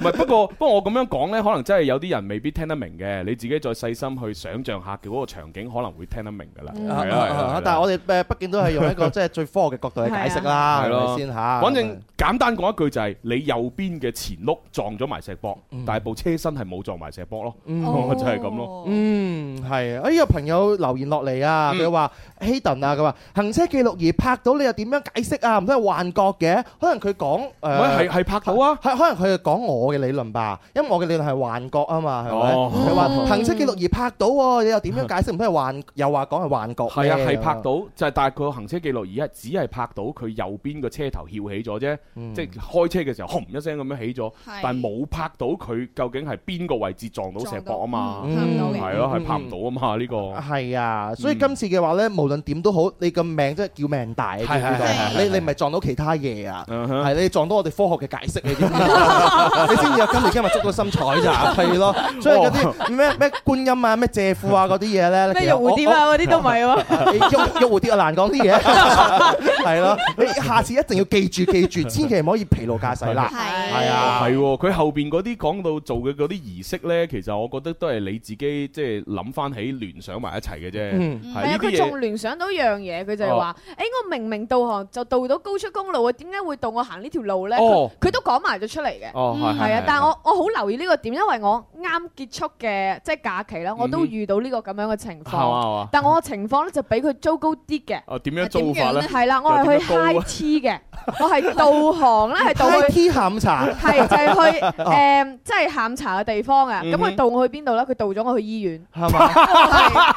S3: 唔係，不過不過我咁樣講呢，可能真係有啲人未必聽得明嘅。你自己再細心去想像下嘅嗰個場景，可能會聽得明㗎啦。係啦
S4: 啊 啊
S3: 係啦
S4: 啊，但係我哋誒，畢竟都係用 一個即係最科學嘅角度去解釋
S3: 係
S4: 啦，啊係
S3: 咯
S4: 咪先嚇？
S3: 反正簡單講一句就係，你右邊嘅前轆撞咗埋石壆，但係部車身係冇撞埋石壆咯。
S6: 哦
S3: 就係咁咯。嗯
S4: 嗯，係啊！哎，有朋友留言落嚟啊，佢話希頓啊，佢話行車記錄儀拍拍到你又點樣解釋啊？唔通係幻覺嘅？可能佢講
S3: 唔係係
S4: 誒。
S3: 係拍到啊！
S4: 係可能佢係講我嘅理論吧，因為我嘅理論係幻覺啊嘛，係咪？
S3: 哦
S4: 佢話行車記錄儀拍到喎，你又點樣 解釋？唔通係幻，又話講係幻覺咩？
S3: 係啊，係拍到，就係但係佢個行車記錄儀係只係拍到佢右邊個車頭翹起咗啫，
S4: 嗯
S3: 即係開車嘅時候轟一聲咁樣起咗，
S6: 係
S3: 但係冇拍到佢究竟係邊個位置撞到石博啊嘛，
S6: 撞
S4: 嗯
S6: 到嘅。
S3: 係咯，係拍唔到啊嘛呢個。
S4: 係啊，
S3: 嗯
S4: 所以今次嘅話呢，無論點都好，你個命真係叫命大，啊你知唔知道
S6: 係係
S4: 你你唔係撞到其他嘢啊，
S3: 嗯哼
S4: 係你撞到我哋科學嘅解釋，你知唔知道？你先至有今時今日捉到心彩 咋，係咯。所以嗰
S3: 哦
S4: 啲咩咩觀音啊、咩借庫啊嗰啲嘢呢，
S5: 咩
S4: 其
S5: 玉
S4: 實我
S5: 蝴蝶啊嗰啲都唔係喎。
S4: 我你玉玉蝴蝶啊難講啲嘢， 係咯。你下次一定要記住記住，千祈唔可以疲勞駕駛 啦。係
S6: 係
S4: 啊，
S3: 係喎，佢後邊嗰啲講到做嘅嗰啲儀式呢，其實我覺得都係你自己即係諗翻起聯想埋一齊嘅啫。
S4: 嗯
S3: 係
S5: 係啊，
S3: 呢啲
S5: 佢
S3: 嘢哦
S5: 仲聯想到一樣嘢，佢就係話：，誒，我明明導航就導到高速公路啊，點解會導我行呢條路咧？
S3: 哦
S5: 佢佢都講埋咗出嚟嘅。
S3: 哦，係
S5: 係啊，但係我我好留意呢個點，因為我啱結束嘅即係假期啦，我
S3: 嗯
S5: 都
S3: 哼
S5: 遇到呢個咁樣嘅情
S3: 係嘛
S5: 況。
S3: 係嘛
S5: 但我嘅情況咧就比佢糟糕 啲嘅。
S3: 啊點樣做法呢？
S5: 係啦，我係去
S3: 啊
S5: high tea 嘅，我係導航 咧係導
S4: 開
S5: 去。
S4: T 下午茶。
S5: 係啊就係去誒，即係下午茶嘅地方啊！咁
S3: 嗯哼
S5: 佢導我去邊度咧？佢導咗我去醫院，
S4: 係 嘛？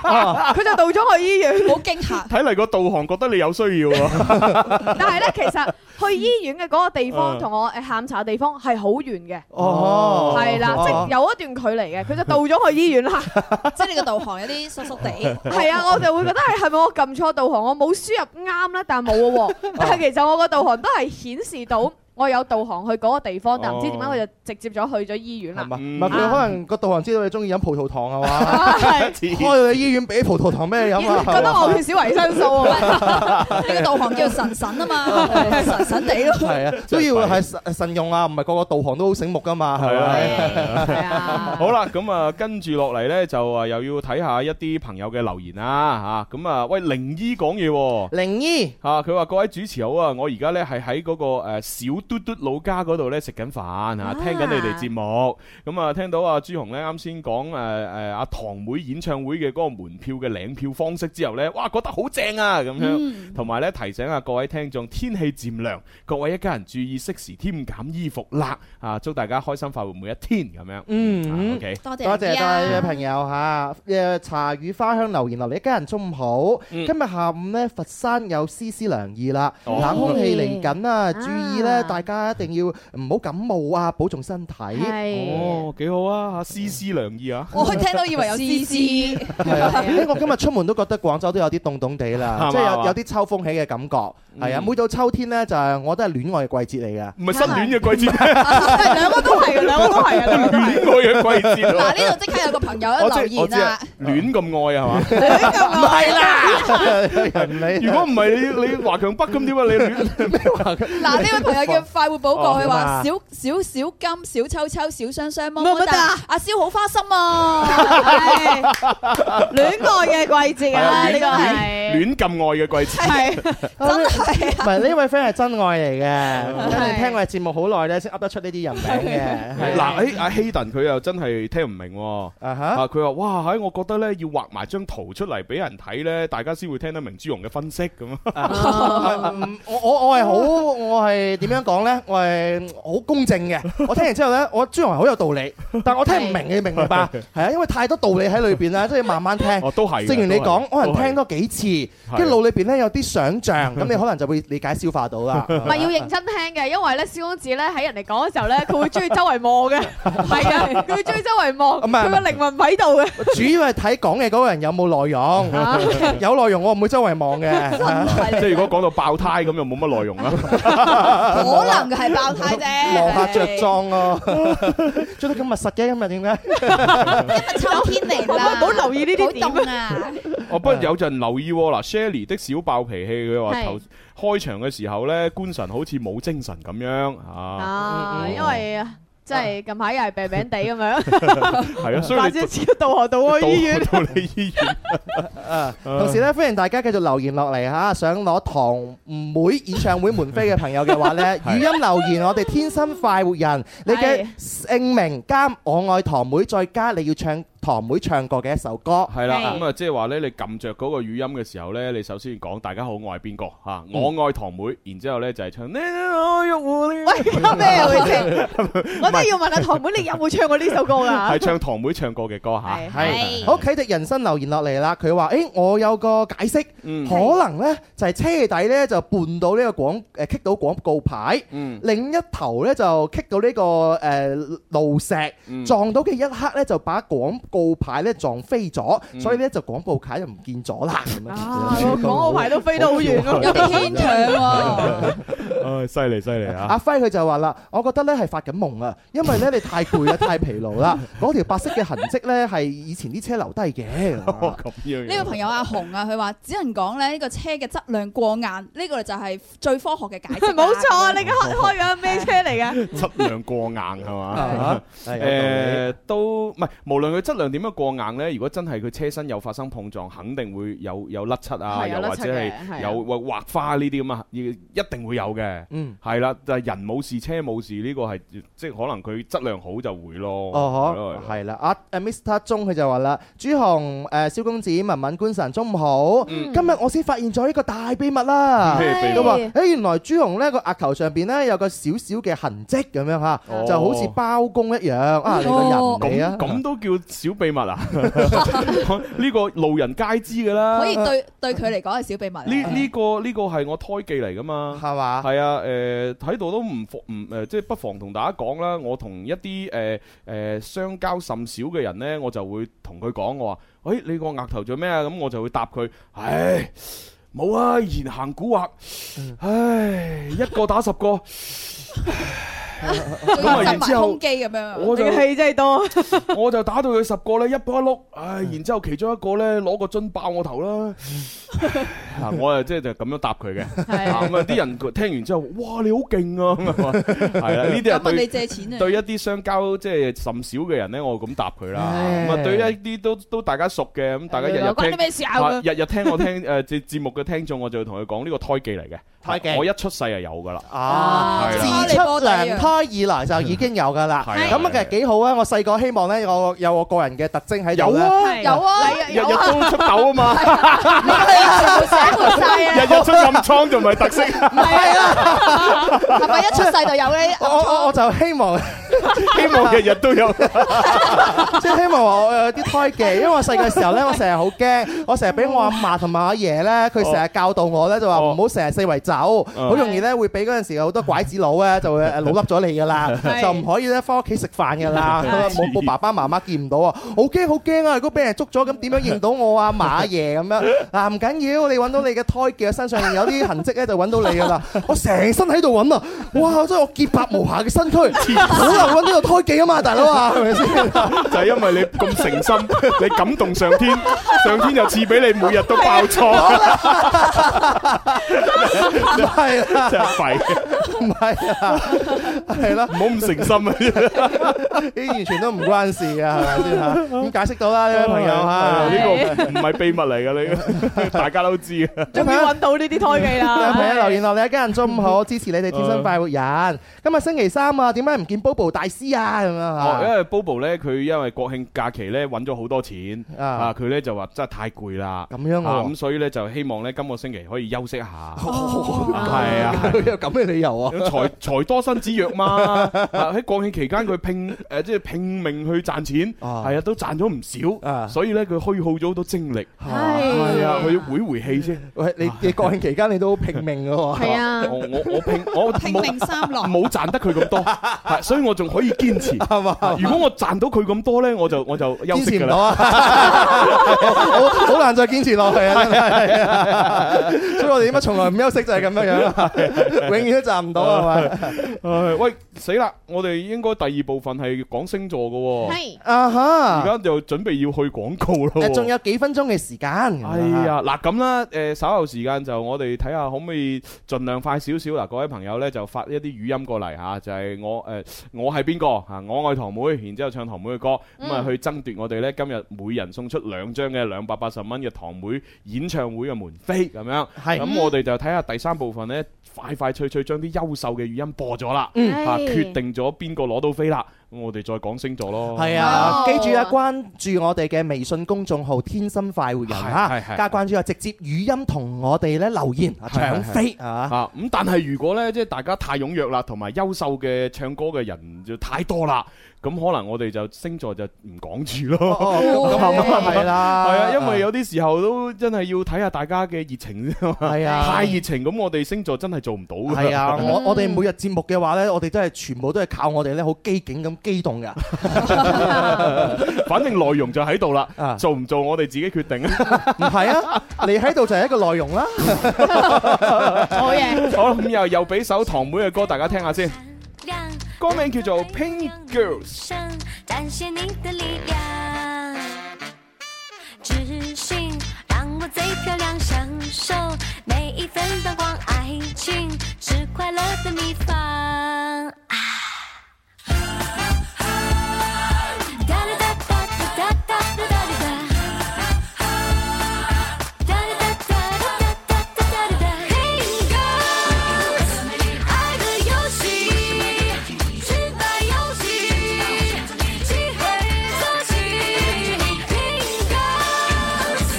S3: 哦
S5: 佢就導咗我去醫院。
S6: 好驚嚇，
S3: 睇嚟個導航覺得你有需要啊！
S5: 但係咧，其實去醫院嘅嗰個地
S3: 嗯
S5: 方同我誒呃下午茶嘅地方係好遠嘅，
S4: 哦，
S5: 係啦，即係有一段距離嘅，佢就到咗去醫院啦。
S6: 即係你個導航有啲縮 縮地。
S5: 係啊，我就會覺得係係咪我撳錯導航，我冇輸入啱啦，但係冇喎。但係其實我個導航都係顯示到我有導航去嗰個地方，但唔知點解我就直接咗去咗醫院
S4: 係
S5: 啦。
S4: 嘛？
S3: 嗯
S4: 唔係佢可能個導航知道你中意飲葡萄糖係嘛？
S5: 係
S3: 黐
S4: 開到你醫院俾葡萄糖咩你飲啊？
S5: 覺得我缺少維生素啊！
S6: 你個導航叫神神啊嘛，神神地咯。
S4: 係啊，都要係慎慎用啊，唔係個個導航都好醒目噶嘛，係
S3: 係啊
S4: 咪？
S5: 係啊，
S3: 好啦，咁啊，跟住落嚟呢，就啊又要睇下一啲朋友嘅留言啦吓，咁啊，喂，靈姨講嘢喎。
S4: 靈醫
S3: 啊！佢話各位主持好啊，我而家呢係喺嗰個誒小嘟嘟老家嗰度呢食緊飯啊，聽緊你哋節目。咁啊，聽到啊朱紅呢啱先講誒誒阿堂妹演唱會嘅嗰個門票嘅領票方式之後呢，哇，覺得好正啊咁樣。同埋呢提醒下各位聽眾，天氣漸涼，各位一家人注意適時添減衣服啦。啊，祝大家開心快活每一天咁樣。
S4: 嗯
S3: 啊，OK。
S6: 多謝
S4: 多謝
S6: 你
S4: 多
S6: 啊
S4: 位朋友嚇，誒茶語花香留言落嚟，一家人中午好。今日下午呢，佛山有絲絲涼意啦，
S3: 嗯哦
S4: 冷空氣嚟緊啊，注意呢，
S5: 啊
S4: 大家一定要唔好感冒啊，保重身體。
S5: 係
S3: 哦，幾好啊！思思良意啊，
S6: 我聽到以為有 絲絲，
S4: 係啊，誒我今日出門都覺得廣州都有啲凍凍地
S3: 係嘛
S4: 啦，即係
S3: 係嘛
S4: 有有啲秋風起嘅感覺。係啊，
S3: 嗯
S4: 每到秋天呢，就係我都係戀愛嘅季節嚟 嘅。
S3: 唔係失戀嘅季節，
S5: 兩個都係，兩個都係啊，兩個都係。
S3: 戀愛嘅季節喎。
S6: 嗱呢度即刻有個朋友
S3: 我
S6: 一留
S3: 知我
S6: 言
S3: 知啊
S6: 啊，，
S3: 戀咁愛係嘛？
S4: 唔係啦，人 哋
S3: 如果唔係你你華強北咁點啊？你戀
S6: 嗱呢位朋友叫快活寶
S4: 哦
S6: 過，佢話
S4: 咁啊
S6: 小小小金、小秋秋、小雙雙、麼
S5: 乜
S6: 麼
S5: 乜得
S6: 哒
S5: 啊，
S6: 阿蕭好花心啊！
S5: 係戀愛嘅季節啊，呢個係
S3: 戀戀咁愛嘅季節，
S5: 係
S4: 真係唔係呢位 friend 係真愛嚟 嘅，真係聽我哋節目好耐咧，先噏得出呢啲 人名嘅。係
S3: 嗱，誒阿希頓佢又真係聽唔明喎。
S4: 啊
S3: 啊！
S4: 哈，
S3: 佢話：哇，喺我覺得咧，要畫埋張圖出嚟俾人睇咧，大家先會聽得明朱容嘅分析咁啊。
S4: 嗯我我我係好，我係點樣講咧？我係好公正 嘅。我聽完之後咧，我朱紅係好有道理，但我聽唔明，你明唔明白？係啊，因為太多道理喺裏邊啦，即係慢 慢聽。
S3: 哦，都係嘅。
S4: 正如你講，
S3: 都
S4: 可
S3: 係
S4: 能聽多幾次，跟住腦裏邊咧有啲想像，咁你可能就會理解消化 到啦。
S6: Ờ.
S5: 唔係要認真聽嘅，因為咧蕭公子咧喺人哋講嘅時候咧，佢會中意周圍望嘅，係啊，佢會中意周圍望，
S4: 唔係
S5: 佢個靈魂喺度嘅。
S4: 主要係睇講嘅嗰個人有冇內容，有內容我唔會周圍望 嘅。
S3: 即啊係如果講到爆胎咁，就冇乜內容啦。
S6: 可能係爆胎啫，
S4: 望下着裝咯， 着得咁密實嘅今日點解？
S6: 秋天
S5: Ờ,
S6: 嚟啦，
S5: 唔好留意呢啲點啊
S6: 好凍啊！
S3: 哦，不過有陣留意喎，嗱，Shelly 的小爆脾氣，佢話
S5: 係
S3: 頭開場嘅時候咧，官神好似冇精神咁樣啊，
S5: 啊，因為即係近排又係病病地咁樣，
S3: 係啊，所以
S5: 或
S3: 你
S5: 者超導航到去醫院。
S3: 到到你醫院，
S4: 啊同時咧，歡迎大家繼續留言落嚟嚇，想攞堂妹演唱會門飛嘅朋友嘅 話咧，語音留言我哋天生快活人，你嘅
S5: 係
S4: 姓名加我愛堂妹，再加你要唱。堂妹唱過嘅一首歌。
S3: 系啦，
S5: 係
S3: 咁啊，即係話咧，你撳着嗰個語音嘅時候咧，你首先要講大家好，我係邊個吓？
S5: 嗯
S3: 我愛堂妹，然之后咧就係唱你哎我欲護你，
S5: 喂，搞咩啊？佢哋，我真係要問下堂妹，你有冇唱過呢首歌㗎？
S3: 哎係唱堂妹唱過嘅歌吓。
S5: 係
S3: 嗯
S4: 係好，啟迪人生留言落嚟啦。佢話：，誒，我有個解釋，
S3: 嗯
S4: 可能呢就係車底呢就伴到呢個廣誒棘到廣告牌，
S3: 嗯
S4: 另一頭呢就棘到呢個誒路石，
S3: 嗯
S4: 撞到嘅一刻呢就把廣告牌呢撞飛咗，
S3: 嗯
S4: 所以呢就廣告牌就唔見咗啦。咁樣
S5: 啊， 我講我牌都飛到好遠咯。
S6: 有啲牽 強喎。
S3: 唉，犀利犀利啊！
S4: 阿輝佢就話啦，我覺得咧係發緊夢啊，因為咧你太攰啦，太疲 勞啦，嗰條白色嘅痕跡咧係以前啲車留低 嘅。
S3: 哦咁樣
S6: 呢個朋友阿紅啊，佢話只能講咧呢個車嘅質量過硬，呢個就係最科學嘅解釋啦。
S5: 冇錯啊！你嘅開開緊咩車嚟㗎？
S3: 質量過硬係嘛？
S4: 啊係
S3: 誒，都唔係，無論佢質量點樣過硬呢，如果真係佢車身有發生碰撞，肯定會有有甩漆啊，
S5: 係有
S3: 又
S5: 甩
S3: 或
S5: 漆
S3: 者
S5: 嘅係
S3: 係
S5: 啊
S3: 有或劃花呢啲咁啊，一一定會有嘅。
S4: 嗯，
S3: 係啦，但係人冇事，車冇事，呢個係即係可能佢質量好就會咯。係咯
S4: 哦
S3: 係
S4: 呵，
S3: 咯
S4: 係啦，阿阿 Mr. 鐘佢就話啦，朱紅誒蕭公子文文官神中午好，
S3: 嗯
S5: Ừ.
S4: 今日我先發現咗一個大秘密啦。
S3: 咩秘密
S4: 佢話：，誒原來朱紅呢個額頭上邊咧有個少少嘅痕跡咁樣嚇，
S3: 哦
S4: 就好似包公一樣啊！你個人嚟啊
S3: 咁，咁都叫小秘密啊？ 呢個路人皆知㗎啦。
S6: 可以對對佢嚟講係小秘密嚟
S3: 呢
S6: 嘅。
S3: 呢個呢個係我胎記嚟㗎嘛。
S4: 係嘛？
S3: 係啊，誒喺度都唔服唔誒，即係不妨同大家講啦。我同一啲誒誒相交甚少嘅人呢，我就會同佢講，我話：，誒、你個額頭做咩啊？咁我就會答佢：，唉，冇啊，言行古惑，
S6: 嗯
S3: 唉，一個打十個，
S6: 仲要
S3: 然
S6: 震
S3: 之
S6: 埋
S3: 後
S6: 胸肌咁樣。
S3: 我
S5: 你
S3: 就
S5: 嘅氣真係多。
S3: 我就打到佢十個呢，一波一碌，唉，
S6: 嗯
S3: 然之後其中一個呢，攞個樽爆我頭啦，
S6: 嗯
S3: 啊我啊即係就咁樣答佢嘅。啊咁啊啲人聽完之後，哇，你好勁啊！咁啊，係啦，呢啲
S6: 咁
S3: 人
S6: 問
S3: 對
S6: 你。借錢啊？
S3: 對一啲相交即係甚少嘅人呢，我咁答佢啦。
S4: 唉
S3: 咁啊，對一啲都都大家熟嘅，咁大家日日
S5: 關你
S3: 聽，
S5: 咩事啊？
S3: 啊日日聽我 聽誒節節目嘅聽眾，我就會同佢講呢個胎記嚟嘅。
S4: 胎記
S3: 我一出世就有㗎啦。
S4: 啊！
S5: Ờ.
S3: 係
S4: 自
S3: 啦
S4: 出娘胎以來就已經有㗎啦，
S3: 係啊
S4: 咁啊其實幾好啊！我細個希望咧，我有我個人嘅特徵喺
S3: 有
S4: 度咧，
S3: 啊，
S5: 係
S6: 有啊，
S5: 你
S3: 日日都出痘啊嘛，
S5: 全部寫滿晒啊！
S3: 日日出暗瘡就唔係特色。
S6: 係咪一出世就有咧？
S4: 我我我就希望，
S3: 希望日日都有。
S4: 即係希望話我呃有啲胎記，因為我細個嘅時候咧，我成日好驚，我成日俾我阿嫲同埋阿爺咧，佢成日教導我咧，就話
S3: 哦
S4: 唔好成日四圍
S5: 哦
S4: 走，
S3: 嗯
S4: 好容易咧會俾嗰陣時好多拐子佬咧就會 誒老笠咗你㗎啦，
S5: 係
S4: 就唔可以咧翻屋企食飯㗎啦，啊
S5: 係
S4: 冇冇爸爸媽媽見唔到啊，好驚好驚啊！如果俾人捉咗，咁點樣認到我阿嫲阿爺咁 樣？嗱唔緊要，你揾到你嘅胎記身上有啲痕跡咧，就揾到你㗎 啦。我成身喺度揾啊，哇！真係我潔白無瑕嘅身軀， 好難揾呢個胎記啊嘛，大佬啊，係咪先？
S3: 就係因為你咁誠心， 你感動上天，上天又賜俾你每日都爆 錯，
S4: 唔係啦，
S3: 真係弊，
S4: 唔係啊，係啦
S3: 唔，好咁誠心啊！
S4: 呢啲完全都唔關事嘅，係咪 先嚇？咁解釋到啦，呢位朋友
S3: 哦係
S4: 嚇。
S3: 呢個唔係秘密嚟噶， 你大家都知嘅。
S5: 終於揾到呢啲胎記
S4: 有
S3: 啊
S5: 啦！
S4: 朋友留言落嚟，一家人中午好，支持你哋天生快活人。今日星期三啊，點解唔見 Bobo 大師啊？咁
S3: 哦，因
S4: 樣
S3: 為 Bobo 咧，佢因為國慶假期咧揾咗好多錢
S4: 啊
S3: 啊，佢咧就話真係太攰啦，
S4: 咁樣
S3: 啊
S4: 啊
S3: 咁所以咧就希望咧今個星期可以休息下，
S4: 嚇，
S3: 係啊。
S4: 有哦 咁嘅理由啊？
S3: 財財多身子弱 嘛，啊喺國慶期間佢拼誒即係拼命去賺錢，
S4: 啊
S3: 係啊都賺咗唔
S4: 啊
S3: 少，所以咧佢虛耗咗好多精力，
S5: 係
S3: 係啊佢要回回氣啫。
S4: 喂，你你國慶期間你都好拼命嘅喎。
S5: 係啊
S3: 我我我拼我
S6: 拼
S3: 冇
S6: 命三郎，
S3: 冇賺得佢咁 多，係所以我仲可以堅持。
S4: 係嘛？
S3: 如果我賺到佢咁多咧，我就我就休
S4: 堅
S3: 息
S4: 持
S3: 㗎
S4: 唔到
S3: 啦。
S4: 啊！ 好好難再堅持落去啊！真係啊，所以我哋點解從來唔休息就係咁樣 樣啊，永遠都賺唔到啊係
S3: 啊
S4: 咪？
S3: 唉喂，死啦！我哋應該第二部分係講星座嘅喎，
S5: 係
S4: 啊
S3: 而
S4: 哈！
S3: 家就準備要去廣告咯
S4: 誒，
S3: 喎。
S4: 仲有幾分鐘嘅時間。
S3: 哦哎呀，嗱咁啦，誒稍後時間就我哋睇下可唔可以盡量快少少嗱，各位朋友呢，就發一啲語音過嚟嚇，就係我誒我係邊個嚇，我愛堂妹，然之後唱堂妹嘅歌，咁
S4: 嗯
S3: 啊去爭奪我哋呢今日每人送出兩張嘅兩百八十蚊嘅堂妹演唱會嘅門飛咁樣，
S4: 係
S3: 咁我哋就睇下第三部分啊呢，快快脆脆將啲優秀嘅語音播咗啦，嚇決定咗邊個攞到飛啦，咁我哋再講星座咯。
S4: 係啊，
S6: 哦
S4: 記住啊，關注我哋嘅微信公眾號《天生快活人》
S3: 係係
S4: 嚇，
S3: 係
S4: 加關注啊，直接語音同我哋咧留言啊，
S3: 係係
S4: 搶飛啊！
S3: 啊，咁但係如果呢，即係大家太踴躍啦，同埋優秀嘅唱歌嘅人就太多啦，咁可能我哋就星座就唔講住 咯。
S4: 咁
S6: 哦
S4: 咁哦係啦，
S3: 係啊，因為有啲時候都真係要睇下大家嘅熱 情啫嘛。
S4: 係啊
S3: 太熱情咁，我哋星座真係做唔到㗎。
S4: 係啊，我我哋每日節目嘅話咧，我哋都係全部都係靠我哋咧好機警咁機動 㗎。
S3: 反正內容就喺度啦
S4: 啊，
S3: 做唔做我哋自己決定 啊。
S4: 唔係啊，你喺度就係一個內 容啦。
S6: 好嘢。
S3: 好啦，咁又又俾首堂妹嘅歌大家聽下先，
S8: 亮
S3: 歌名叫做《Pink Girls》。
S8: 上展现你的力量，自信让我最漂亮，享受每一分灯光，爱情是快乐的秘方。啊哒哒哒哒哒哒哒哒哒哒。Da da da da da da da da da Pink girls，爱的游戏，去吧游戏，漆黑色系。Pink girls，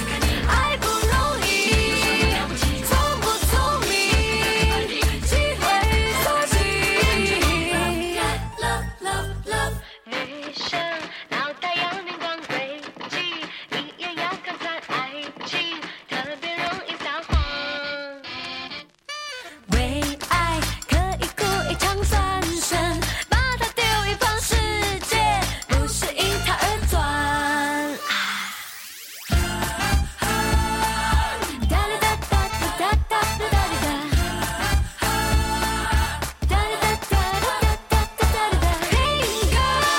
S8: 爱不容易，聪不聪明，漆黑色系。Love love love，女生脑袋要灵光轨迹，你也要看穿爱情，特别容易撒谎。为爱可以哭一场三生，把它丢一旁，世界不是因它而转。哒哒哒哒哒哒哒哒哒哒。哒哒哒哒哒哒哒哒哒，Pink girls，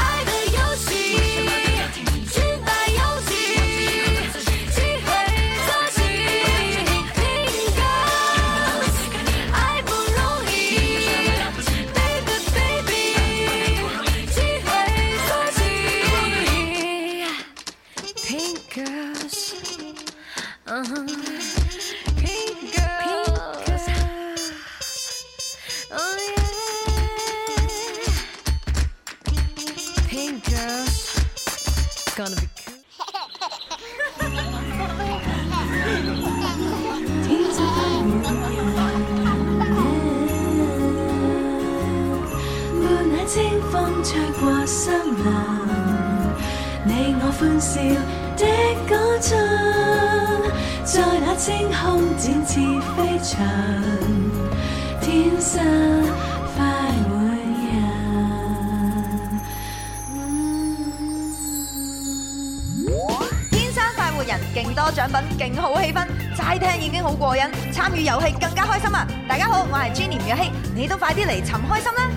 S8: 爱的游戏，去吧游戏，漆黑色系。Pink girls，爱不容易，Baby baby，漆黑色系。Pink girls，Pink girls。Oh yeah. Pink girls. Gonna be cool.
S10: 伴那清風吹過森林，你我歡笑的歌唱，在那清空展翅飛翔，天生快活人。
S11: 天生快活人，勁多獎品，勁好氣氛，齋聽已經好過癮，參與遊戲更加開心啊！大家好，我係 Jenny 吳若希，你都快啲嚟尋開心啦！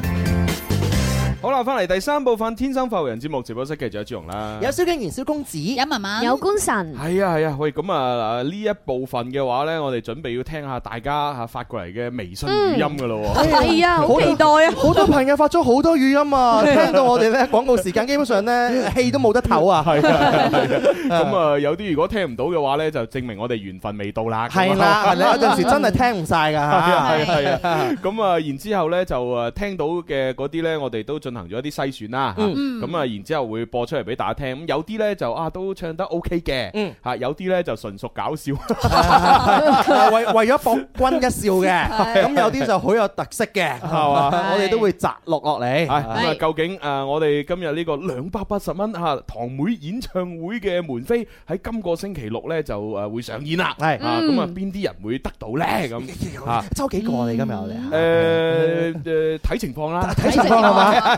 S3: 好啦，翻嚟第三部分《天生快活人》節目直播室，繼續有朱容啦。
S4: 有蕭敬元、蕭公子，
S6: 有文文，
S5: 有官神，
S3: 係啊係啊，喂，咁啊呢一部分嘅話呢，我哋準備要聽下大家吓發過嚟嘅微信語音噶咯。
S5: 係啊，好
S4: 好
S5: 期待啊！
S4: 好多朋友發咗好多語音 啊，聽到我哋咧廣告時間基本上咧氣都冇得唞 啊。
S3: 係啊，係啊咁啊，有啲如果聽唔到嘅話呢，就證明我哋緣分未到啦。咁啊
S4: 係啦，你有陣時真係聽唔晒㗎嚇。
S3: 係啊係啊係啊，咁啊，然之後咧就誒聽到嘅嗰啲咧，我哋都進行咗一啲篩選啦。
S4: 嗯
S3: 嚇咁啊，然之後會播出嚟俾大家聽。咁有啲咧就啊都唱得 OK 嘅
S4: 嗯，
S3: 嚇有啲咧就純屬搞 笑。
S4: 為為咗博君一笑嘅，咁有啲就好有特色嘅，係嘛？ 我哋都會摘錄落
S3: 係
S4: 嚟。
S3: 咁啊，究竟誒我哋今日呢個兩百八十蚊嚇堂妹演唱會嘅門飛喺今個星期六咧就誒會上演啦。
S4: 係
S3: 啊，咁啊邊啲人會得到咧？ 咁啊
S4: 周幾個嚟今日我哋？啊
S3: 誒嗯誒睇情況 啦。
S4: 睇情況係嘛？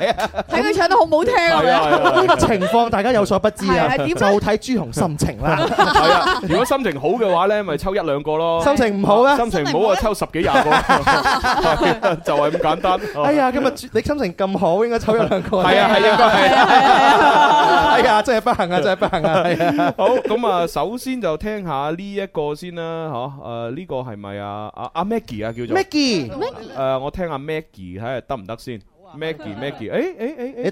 S5: 睇佢唱得好唔好聽啊！
S3: 係 啊係啊
S4: 呢個情況大家有所不知啊，
S5: 係係
S4: 就
S5: 點咧
S4: 睇朱紅心情啦。
S3: 係啊，如果心情好嘅話咧，咪抽一兩個咯。
S4: 心情唔好咧，
S3: 心情唔好啊，抽十幾 廿個，係啊就係咁簡單。
S4: 哎呀，今日朱你心情咁好，應該抽一兩個。
S3: 啊係啊，係應該係。
S4: 哎呀，真係不幸啊，真係不幸啊係啊。
S3: 好，咁啊，首先就聽下呢一個先啦，嚇，誒呢個係咪啊？阿阿 Maggie 啊，叫做
S4: Maggie，
S3: 誒，我聽下 Maggie 睇下得唔得先。Maggie，Maggie，誒誒誒
S4: 你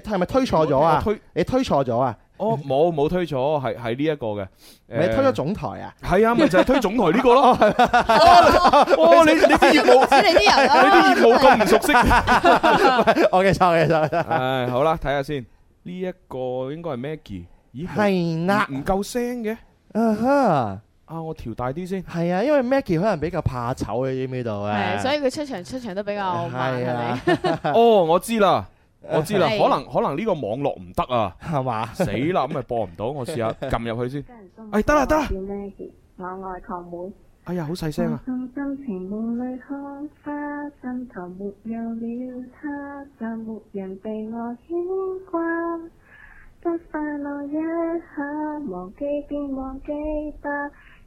S3: 誒，
S4: 係咪推錯咗啊
S3: 我推？
S4: 你推錯咗啊？
S3: 哦，冇冇推咗，係係呢一個嘅。
S4: 你推咗總台啊？
S3: 係啊，咪就係推總台呢個咯。 哦，你你啲業務，
S4: 指你啲人啊
S3: 你啲業務咁唔熟悉。
S4: 我嘅錯，我嘅錯。
S3: 唉，好啦，睇下先。呢一個應該係 Maggie。咦，
S4: 係啦，
S3: 唔夠聲嘅。
S4: 啊哈！
S3: 啊，我調大啲先。
S4: 係啊，因為 Maggie 可能比較怕醜，你知唔知道啊？
S5: 係，所以佢出場出場都比較慢，係
S4: 係
S5: 咪？
S4: 啊，
S3: 哦，我知啦，我知啦，
S5: 係
S3: 可能可能呢個網絡唔得啊，
S4: 係嘛？
S3: 死啦，咁咪播唔到，我試下撳入去先。哎，得啦得啦，
S12: 我愛球妹，
S3: 哎呀，好細聲啊！
S12: 送心情夢裏看花，心頭沒有了他，就沒人被我牽掛。不快樂一下，忘記便忘記吧，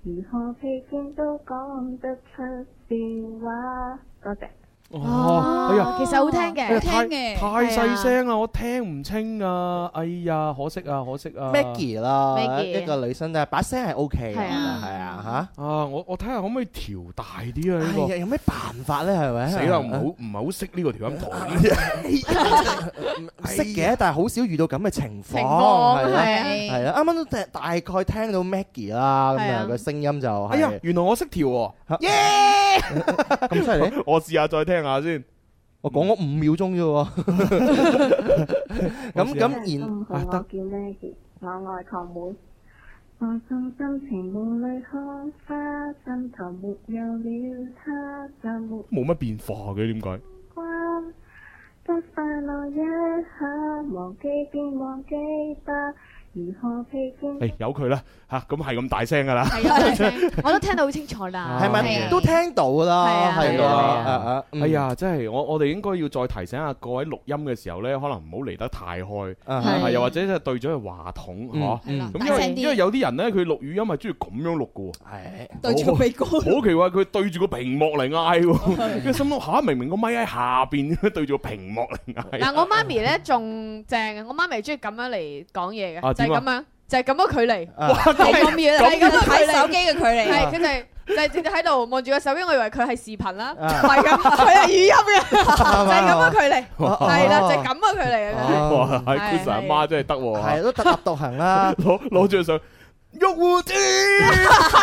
S12: 如何疲倦都講得出笑話。多謝。
S3: 哦，哎呀，
S5: 其實好聽嘅
S3: 哎呀
S5: 好聽嘅
S3: 太太
S6: 啊
S3: 細聲啊啦，我聽唔清啊！哎呀，可惜啊，可惜啊
S4: Maggie 啦，
S5: Maggie
S4: 一個女生咧，把聲係 OK 嘅，
S5: 係啊
S4: 係啊
S3: 啊，我我睇下可唔可以調大啲啊？
S4: 嚇。
S3: 呢
S4: 係啊，
S3: 個
S4: 有咩辦法咧？係咪？
S3: 死啦，唔好唔係好識呢個調音台。
S4: 識嘅，但係好少遇到咁嘅情況，
S5: 情況
S4: 係啊
S5: 係
S4: 係啊，啱啱都大大概聽到 Maggie 啦，咁
S5: 係啊
S4: 啊個聲音就係
S3: 哎呀，原來我識調喎，
S4: 咁犀利，
S3: 我試下再聽下先。
S4: 我講咗五秒鐘 啫喎，咁咁然
S12: 唔好我叫 Maggie，我愛狂妹。放鬆心情，夢裏看花，心頭沒有了他，就沒
S3: 冇乜變化嘅，點解？
S12: 瓜。不快樂一下，忘記便忘記吧，如何疲倦
S3: 誒，哎由佢啦，嚇咁係咁大聲噶啦。
S5: 係啊，真係我都聽得好清楚啦。
S4: 係
S5: 係
S4: 咪
S5: 啊
S4: 都聽到㗎啦？
S5: 係啊
S4: 係
S5: 係
S4: 啊
S5: 啊
S4: 啊啊，嗯
S3: 哎，呀，真係我我哋應該要再提醒下各位錄音嘅時候呢，可能唔好離得太開，
S4: 啊
S5: 係
S3: 係又或者即係對咗個話筒
S4: 嗯
S3: 嗬。
S4: 嗯
S3: 咁因
S6: 大
S3: 為
S6: 聲啲
S3: 因為有啲人呢，佢錄語音係中意咁樣錄嘅喎，
S4: 係
S6: 對住個鼻哥，
S3: 好奇怪佢對住個屏幕嚟嗌喎，跟住心諗嚇明明個咪喺下邊， 對住個屏幕嚟 嗌。
S5: 嗱，我媽咪咧仲正嘅，我媽咪中意咁樣嚟講嘢
S3: 啊
S5: 嘅，就係
S3: 點啊
S5: 咁樣，就係咁樣距離，
S4: 啊
S5: 係咁樣，係咁樣距
S6: 睇手
S5: 離，
S6: 機嘅距離。
S5: 係佢就係就係直接喺度望住個手機，我以為佢係視頻啦，
S4: 啊
S5: 唔係咁，佢係語音嘅，就係咁樣距離，
S4: 啊
S5: 係啦，就係咁嘅距離啊。
S4: 哦
S3: 哇，係
S5: 係
S3: Chris 阿媽真係得
S4: 係
S3: 喎，，
S4: 都特立獨行啦
S3: 攞攞住上玉護 枝。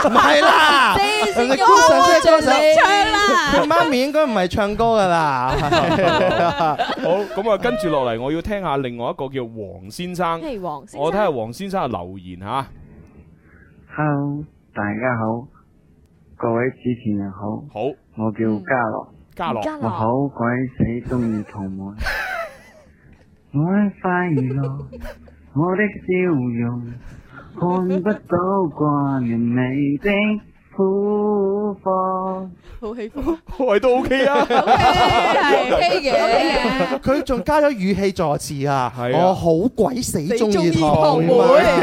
S4: 唔係啦，人哋高手即係高手，
S5: 唱啦，
S4: 佢媽咪應該唔係唱歌㗎啦，
S3: 好，咁啊，跟住落嚟，我要聽下另外一個叫黃先生。
S5: 係黃先
S3: 我睇
S5: 生，
S3: 下黃先生嘅留言吓，
S13: Hello，大家好，各位主持人好，
S3: 好，
S13: 我叫嘉樂，
S3: 嘉樂，
S5: 嘉
S13: 我
S5: 樂，
S13: 好鬼死中意桃妹，我的快樂，我的笑容，看不到掛念你的苦況。
S5: 好喜歡，
S3: 喂都 OK 啊，
S5: 係
S6: OK 嘅，
S4: 係佢仲加咗語氣助詞啊，
S3: 係啊
S4: 我好鬼死中意
S5: 堂
S4: 堂
S5: 妹，
S4: 妹。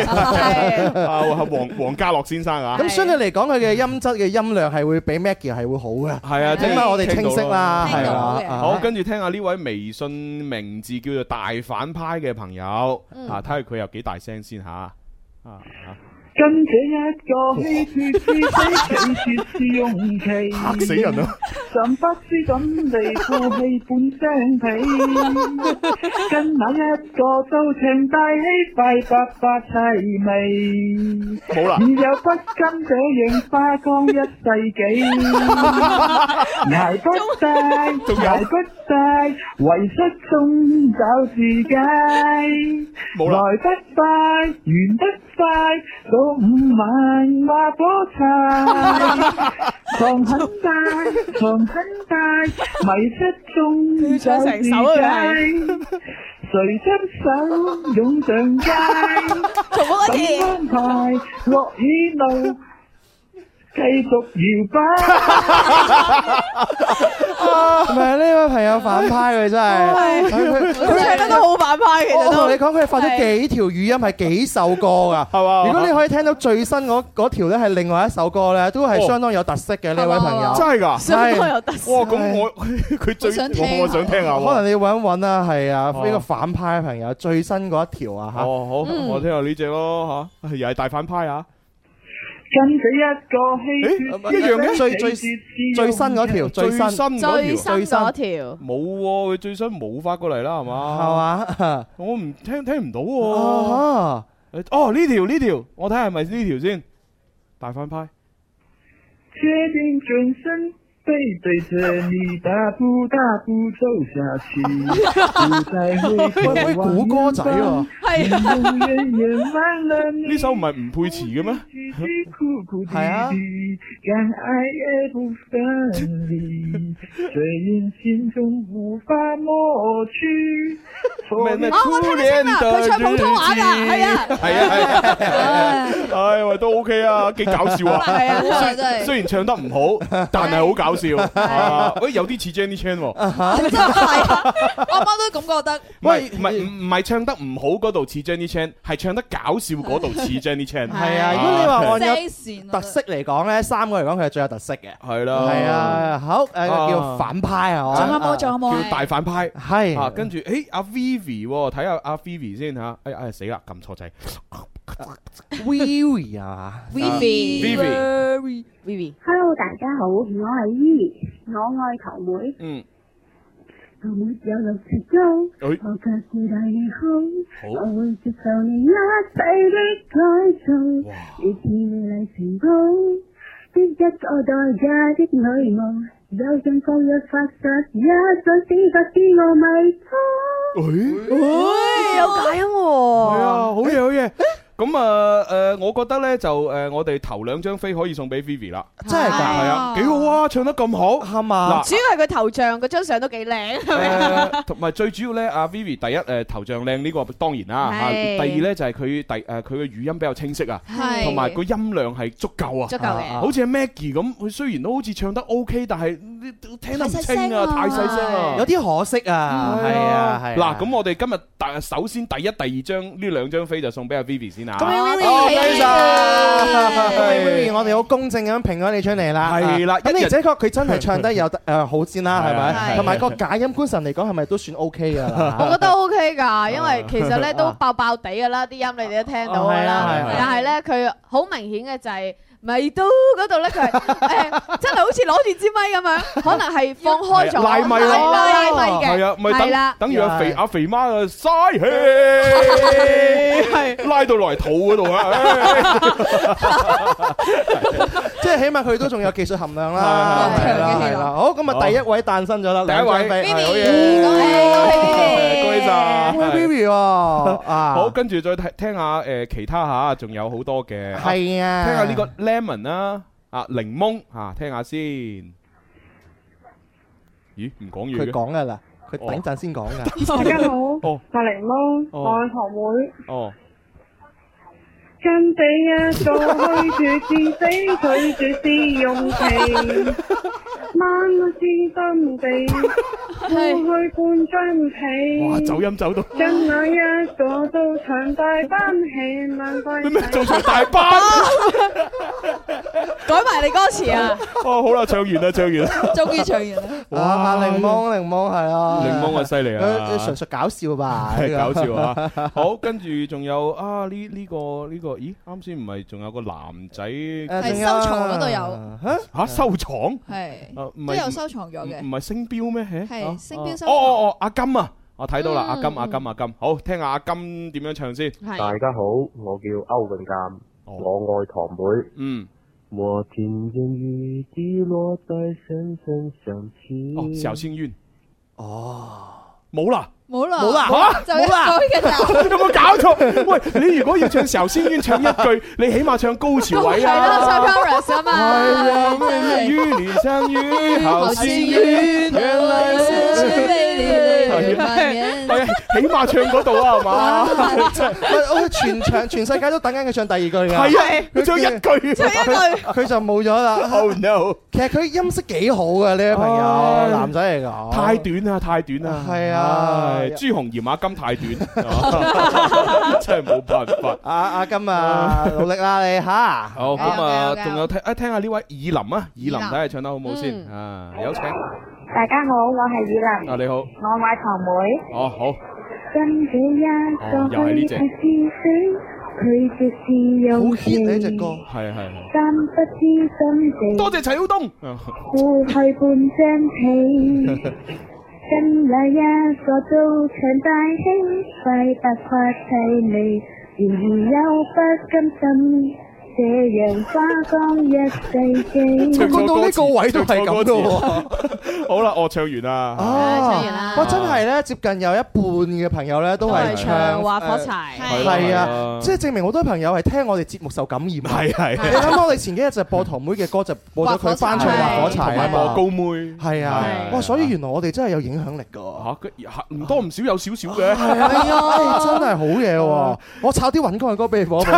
S5: 係
S3: 啊黃黃嘉樂先生啊，
S4: 咁相對嚟講，佢嘅音質嘅音量係會比 Maggie 係會好嘅，
S3: 係啊，
S4: 起
S3: 即係
S4: 碼我哋清晰啦，
S3: 聽
S4: 係
S3: 到
S6: 啦
S4: 啊
S6: 聽到嘅
S4: 啊
S3: 好，跟住聽下呢位微信名字叫做大反派嘅朋友
S5: 嗯
S3: 啊，睇下佢有幾大聲先吓。啊啊
S13: 跟這一個稀缺之非，其實是勇氣。
S3: 嚇死人啊啦！
S13: 神不知咁地負氣半張被，跟那一個周情大起，快八八齊眉。
S3: 冇啦
S13: 已，有不甘這樣花光一世 紀，捱不晒，
S3: 仲有
S13: 捱不晒，遺失中找自己，
S3: 冇啦
S13: 來得快，完得快，到午晚話火柴，床很大，床很大，迷失 中找自己，誰執手湧上街。
S5: 重複一次。
S13: 等安排落雨路，繼續搖擺。
S4: 唔係呢位朋友反派佢真係，佢佢
S5: 啊佢唱得都好反派，其
S4: 我
S5: 實
S4: 同你
S5: 都。
S4: 講，佢發咗幾條語音係幾首歌㗎，
S3: 係嘛
S4: 如果你可以聽到最新嗰嗰條咧，係另外一首歌咧，都係相當有特色嘅呢位朋友。
S5: 哦
S3: 真係㗎！
S5: 相當有特色，
S3: 哇，咁 我佢最
S6: 我想聽啊
S3: 我我想聽下喎。
S4: 可能你要揾一揾啊，係啊，
S3: 哦
S4: 呢個反派嘅朋友最新嗰一條啊嚇。
S3: 哦，好，我聽下呢只咯吓，又係大反派啊！
S13: 跟住一個
S4: 一
S13: 稀
S4: 樣
S13: 缺
S4: 嘅最最最新嗰條最
S3: 最新
S4: 新係
S3: 嗰
S5: 最
S3: 條
S5: 新嗰條，
S3: 冇喎，佢最新冇發過嚟啦，係嘛？
S4: 嘛？
S3: 我唔聽聽唔到喎。
S4: 哦，
S3: 哦，呢條呢條，我睇下係咪呢條先。大翻拍。
S14: 确定转身，背对着你，大步大步走下去，不再回
S3: 喂
S14: 头
S3: 喂
S14: 望
S3: 古歌仔喎
S14: 远方天空远远忘了你。
S3: 呢首唔係吳佩慈嘅咩？
S14: 曲曲苦苦滴
S3: 係啊
S14: 滴，敢爱也不分离，虽然心中无法抹去。
S3: 咩
S14: 哦我聽得清啦佢唱普通話㗎係啊
S3: 係啊係啊，唉，喂，都 OK 啊，幾搞笑啊，
S14: 係啊真係真 係
S3: 雖然唱得唔好，但係好 搞笑，啊喂，有啲似 Jenny Chan
S14: 啊
S3: 喎。
S6: 我媽都咁覺得。
S3: 唔係唔係唔係唱得唔好嗰度似 Jenny Chan，係唱得搞笑嗰度 似 Jenny Chan。
S4: 係啊，如果你話按
S6: 有
S4: 特色嚟講咧，三個嚟講佢係最有特色嘅。
S3: 係啦
S4: 係啊，好誒
S3: 啊
S4: 叫反派啊，
S3: 仲有
S4: 我
S3: 冇
S4: 仲有
S3: 叫大反派
S4: 係
S3: 啊，跟住誒阿 Vivi 喎睇下阿 Vivi 先嚇，哎呀哎呀死啦，撳錯掣
S4: Vivi 啊
S3: Vivi
S5: Vivi。
S8: Hello，大家好，我係 Vivi，我愛球妹。
S3: 嗯。
S8: 球妹有六尺高，我
S3: 哎
S8: 腳最大你好，
S3: 好
S8: 我會接受你一世的改造，你似美麗城堡，的一個代價的女巫，有進步若發實，一想死法知我咪
S5: 哎有假音喎。
S4: Ờ.
S3: 係啊，好嘢好嘢。咁啊誒，我覺得咧就誒，我哋頭兩張飛可以送俾 Vivi 啦。
S4: 真係㗎
S3: 係啊，幾好啊，唱得咁好，Dạ,
S4: 係嘛
S5: 主要係佢頭像嗰張相都幾靚，係咪啊？
S3: 誒同埋最主要咧，阿 à, Vivi 第一誒頭像靚呢個當然啦嚇，
S5: 係
S3: 第二咧就係佢第誒佢嘅語音比較清晰啊，
S5: 係
S3: 同埋個音量係足夠啊，
S5: 足夠嘅
S3: 好似阿 Maggie 咁，佢雖然都好似唱得 OK，但係聽得唔清啊，太細聲啊，
S4: 有啲可惜啊，係啊，係啊
S3: 嗱，咁我哋今日第首先第一、第二張呢兩張飛就送俾阿 Vivi 先啊。
S4: 恭喜 Vivi
S3: 好
S4: 恭喜
S3: 晒
S4: 恭喜 Vivi，我哋好公正咁評咗你出嚟啦。
S3: 係啦
S4: 咁
S3: 一
S4: 你
S3: 人
S4: 而且確佢真係唱得有 誒好先啦，係
S3: 係
S4: 咪？
S3: 係
S4: 同埋個假音觀神嚟講，係咪都算 OK 㗎啦？
S5: 我覺得 OK
S4: 啊
S5: 㗎，因為其實咧都爆爆地㗎啦，啲音你哋都聽到㗎
S4: 啊
S5: 啦
S4: 係啊係啊。
S5: 但係咧，佢好明顯嘅就係咪都嗰度咧， 佢係誒真係好似攞住支咪咁樣，可能係放開咗，
S3: 拉咪
S5: 係
S3: 咯，
S5: 啦拉
S4: 哦
S5: 咪
S4: Dạ,
S5: 嘅，
S3: 係啊，咪
S5: 係啦
S3: 等。等住阿肥阿肥媽啊，嘥氣，拉到落嚟肚嗰度啊！
S4: 即係起碼佢都仲有技術含量啦，
S3: 係係
S4: 係啦
S3: 係
S4: 係啦。好，咁啊第一位誕生咗啦，
S3: 第一位
S4: 兩張飛
S3: Vivi，
S4: 係好啊嘢
S3: 恭喜恭喜 Vivi
S4: 恭喜 Vivi 喎啊！
S3: 好，跟住再聽聽下誒其他嚇，仲有好多嘅。
S4: 係啊
S3: 聽下呢個 lemon À, 啦，啊檸檬啊，聽下先。咦，唔講嘢
S4: 佢
S3: 嘅。
S4: 講㗎啦，佢等陣 先講
S8: 大家
S4: 㗎。
S8: 好，我檸檬，
S3: Ờ.
S4: 哦
S8: 我係球妹。
S3: 哦。
S8: 跟俾一個虛住至非拒絕試用期，晚個知心地，
S4: 哦
S8: 過去半張被。
S3: 哇，走音走到。
S8: 跟那一個都長大班起，萬貴。
S3: 咩做長大班？
S5: 改埋你歌詞 啊！
S3: 哦，好啦，唱完啦，唱完啦。
S5: 終於唱完啦
S4: 哇！啊檸檬檸檬係啊，
S3: 檸檬啊犀利啊
S4: 佢佢純屬搞笑吧？
S3: 係
S4: 呢個
S3: 搞笑 啊！好，跟住仲有啊呢呢個呢個，咦啱先唔係仲有個男仔
S6: 係仲有收藏嗰度有
S3: 嚇收藏
S6: 係
S3: 啊唔係
S6: 都有收藏咗
S3: 唔
S6: 嘅。
S3: 唔係星標咩？
S6: 係
S3: 啊
S6: 星標收
S3: 哦
S6: 藏
S3: 哦哦，阿金啊！我睇到啦，阿
S6: 嗯
S3: 金阿金阿金，好聽下阿金點樣唱先。
S7: 大家好，我叫歐永鑑，我愛堂妹。
S3: 嗯。
S7: 我聽見雨滴落在深深響起。
S3: 哦，小 幸運。哦，冇啦。
S6: 冇啦，
S3: 冇啦
S6: 就
S3: 冇啦
S6: 一個嘅
S3: 有冇搞 錯？喂，你如果要唱時候先先唱一 句，你起碼唱高潮位啊！
S5: 係咯唱 chorus 啊嘛
S3: 係啊，咩咩於年生 於後先 冤，原來是係啊起碼唱嗰度啊，係嘛？真係
S4: 喂我全場全世界都等緊佢唱第二句㗎。
S3: 係啊佢唱一句唱一句
S4: 佢佢就冇咗啦。
S3: Oh no！
S4: 其實佢音色幾好嘅呢位朋友，
S3: 唉
S4: 男仔嚟㗎。
S3: 太短啦，太短啦，
S4: 哦係啊
S3: 唉朱紅鹽馬金太短， 真係冇辦法。
S4: 阿阿金啊，努力啦你吓。
S3: 好咁啊，
S4: 加油
S3: 仲有聽啊，聽下呢位以林啊，以林睇下唱得好唔好先
S8: 嗯
S3: 啊？有請啊，
S8: 大家好，我係以林，
S3: 你好，
S8: 我愛堂妹。
S3: 哦好。
S8: 跟這一
S3: 哦又
S8: 個
S3: 係呢
S8: 虛
S3: 隻
S8: 假至非拒絕試用期，
S4: 啊
S3: 係係係。
S8: 三不知心地。
S3: 多謝齊曉東。
S8: 故去半張被，跟那一個都唱大戲，快八卦砌你，
S12: 然有不甘心，這樣花光一世紀。
S4: 啊
S3: 好啦，我唱完啦。
S4: 哦哇！真係咧，接近有一半嘅朋友咧都哦係
S3: 都係唱
S15: 劃火柴
S4: 誒係啊
S3: 係，
S4: 即係證明好多朋友係聽我哋節目受感染。啊係
S3: 係
S4: 你諗下，我哋前幾日就播堂妹嘅歌，就 播咗佢翻唱劃火柴
S3: 同埋
S4: 啊嘛
S3: 播高妹。
S4: 係啊，哇！所以原來我哋真係有影響力㗎。
S3: 吓，佢唔多唔少有少少嘅。
S4: 係啊，哦哎真係好嘢喎！我抄啲揾歌嘅歌俾你播一播。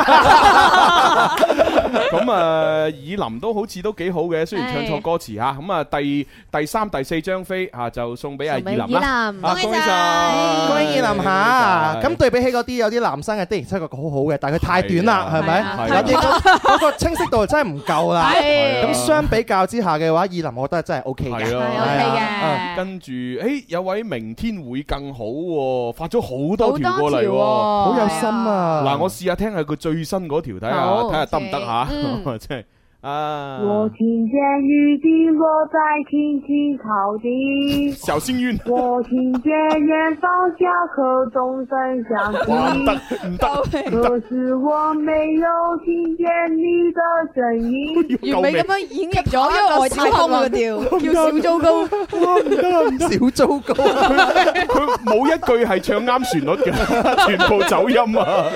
S3: 咁啊，以林都好似都幾好嘅，雖然唱錯歌詞嚇。咁啊，第第三、第四張飛啊，就送俾阿以林啦。啊
S4: 恭喜晒，恭喜二林嚇！咁對比起嗰啲有啲男生嘅的而且確好好嘅，但係佢太短啦，係
S3: 係啊
S4: 咪？有
S3: 太
S4: 啲
S3: 短
S4: 嗰嗰個清晰度真係唔夠啦。
S3: 係
S4: 咁相比較之下嘅話，二林我覺得真係 O K 嘅，
S3: 係咯，
S4: 係
S3: 啊跟住，誒有位明天會更好喎，發咗好多條過嚟喎，
S4: 好有心啊！
S3: 哦嗱，我試下聽下佢最新嗰條，睇下
S12: 好
S3: 睇下得唔得嚇
S12: 嗯，
S3: 真係啊！
S12: 我听见雨滴落在青青草地，
S3: 小幸运。
S12: 我听见远方下课钟声响
S3: 哇唔得
S12: 起，
S3: 唔得，
S12: 可是我没有听见你的声音。
S5: 完美咁樣演繹咗一個外太空嘅調，叫小糟糕。
S4: 啊小糟糕，啊
S3: 佢佢冇一句係唱啱旋律嘅， 全部走音啊！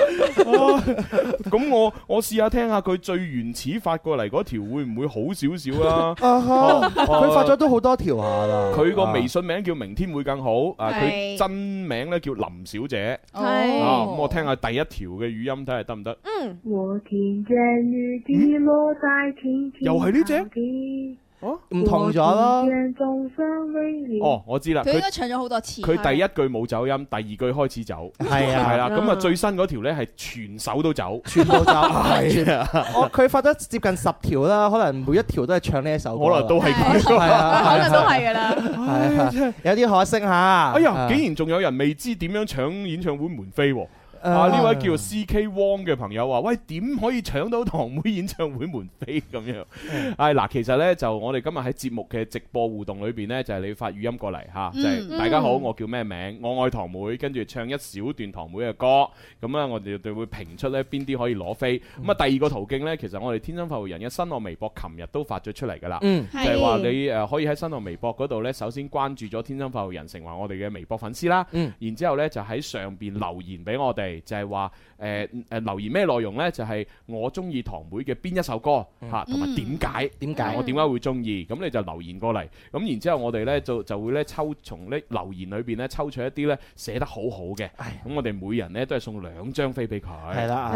S3: 咁我我試下聽下佢最原始發過嚟嗰條會唔會好少少 啊？
S4: 啊哈
S3: 哦
S4: 佢發咗都好多條下啦。
S3: 佢個微信名叫明天會更好，啊佢
S4: 係
S3: 真名咧叫林小姐，
S12: 哦
S3: 啊咁我聽下第一條嘅語音睇下得唔得？
S12: 嗯，我听见雨滴落在青青
S3: 又係呢隻
S5: 嗯
S12: 草地，
S3: 唔同咗啦
S12: 我聽見钟聲微微
S3: 哦，我知啦，
S6: 佢應該唱咗好多次。
S3: 佢第一句冇走音，第二句開始走，
S4: 係啊
S3: 係啦，咁啊
S4: 啊
S3: 最新嗰條咧係全首都走，
S4: 全部走
S3: 係啊。
S4: 我哦佢發咗接近十條啦，可能每一條都係唱呢一首歌啦。
S3: 可能都係佢
S4: 係
S5: 哦
S4: 啊，
S3: 可能都係
S5: 㗎啦
S4: 係啊有啲可惜嚇。
S3: 哎呀，
S4: 啊
S3: 竟然仲有人未知點樣搶演唱會門飛喎！
S4: 啊
S3: 啊！呢位叫 C K Wong 嘅朋友話：，喂，點可以搶到堂妹演唱會門飛咁樣？
S4: 嗯
S3: 唉，嗱，其實呢，就我哋今日喺節目嘅直播互動裏邊呢，就係你發語音過嚟嚇，就
S7: 嗯
S3: 係大家好，
S7: 嗯
S3: 我叫咩名？我愛堂妹，跟住唱一小段堂妹嘅歌，咁咧我哋就會評出呢邊啲可以攞飛。咁
S4: 嗯
S3: 啊，第二個途徑呢，其實我哋天生發育人嘅新浪微博，琴日都發咗出嚟㗎啦，
S7: 嗯
S3: 就係話
S7: 係
S3: 你。你誒可以喺新浪微博嗰度咧，首先關注咗天生發育人，成為我哋嘅微博粉絲啦。
S7: 嗯
S3: 然之後咧就喺上邊留言俾我哋，就係話誒誒留言咩內容咧？就係、我中意堂妹嘅邊一首歌嚇，同埋點解點
S4: 嗯解
S3: 我點解會中意？咁你就留言過嚟。咁然之後我哋咧就就會咧抽從呢留言裏邊咧抽取一啲咧寫得好好嘅。咁我哋每人咧都係送兩張飛俾佢。
S4: 係啦，啊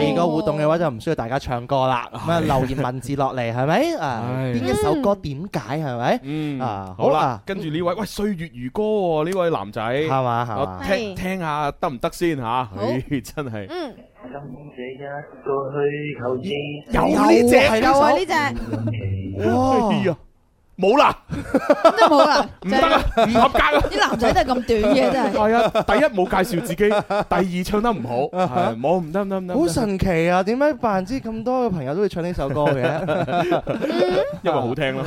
S4: 第二個互動嘅話就唔需要大家唱歌啦，咁啊留言文字落嚟係咪？啊，
S3: 係
S4: 邊一首歌點解係咪？
S3: 嗯
S4: 啊，
S3: 好
S4: 好
S3: 啦
S4: 啦，，
S3: 跟住呢位喂歲月如歌喎，呢位男仔係
S4: 嘛 係嘛
S3: 聽
S4: 係
S3: 聽下得唔得先吓？唉，真係
S5: 嗯，
S3: 有呢隻，
S5: 有啊呢隻，
S3: 哇！哎呀，冇啦，
S6: 真係冇啦，
S3: 唔得啊，唔合格啊！
S6: 啲男仔都係咁短嘅，真係。
S3: 係啊，第一冇介紹自己， 第二唱得唔好，係冇唔得唔得唔得，
S4: 好神奇啊！點解百分之咁多嘅朋友都會唱呢首歌嘅？
S3: 因為好聽咯，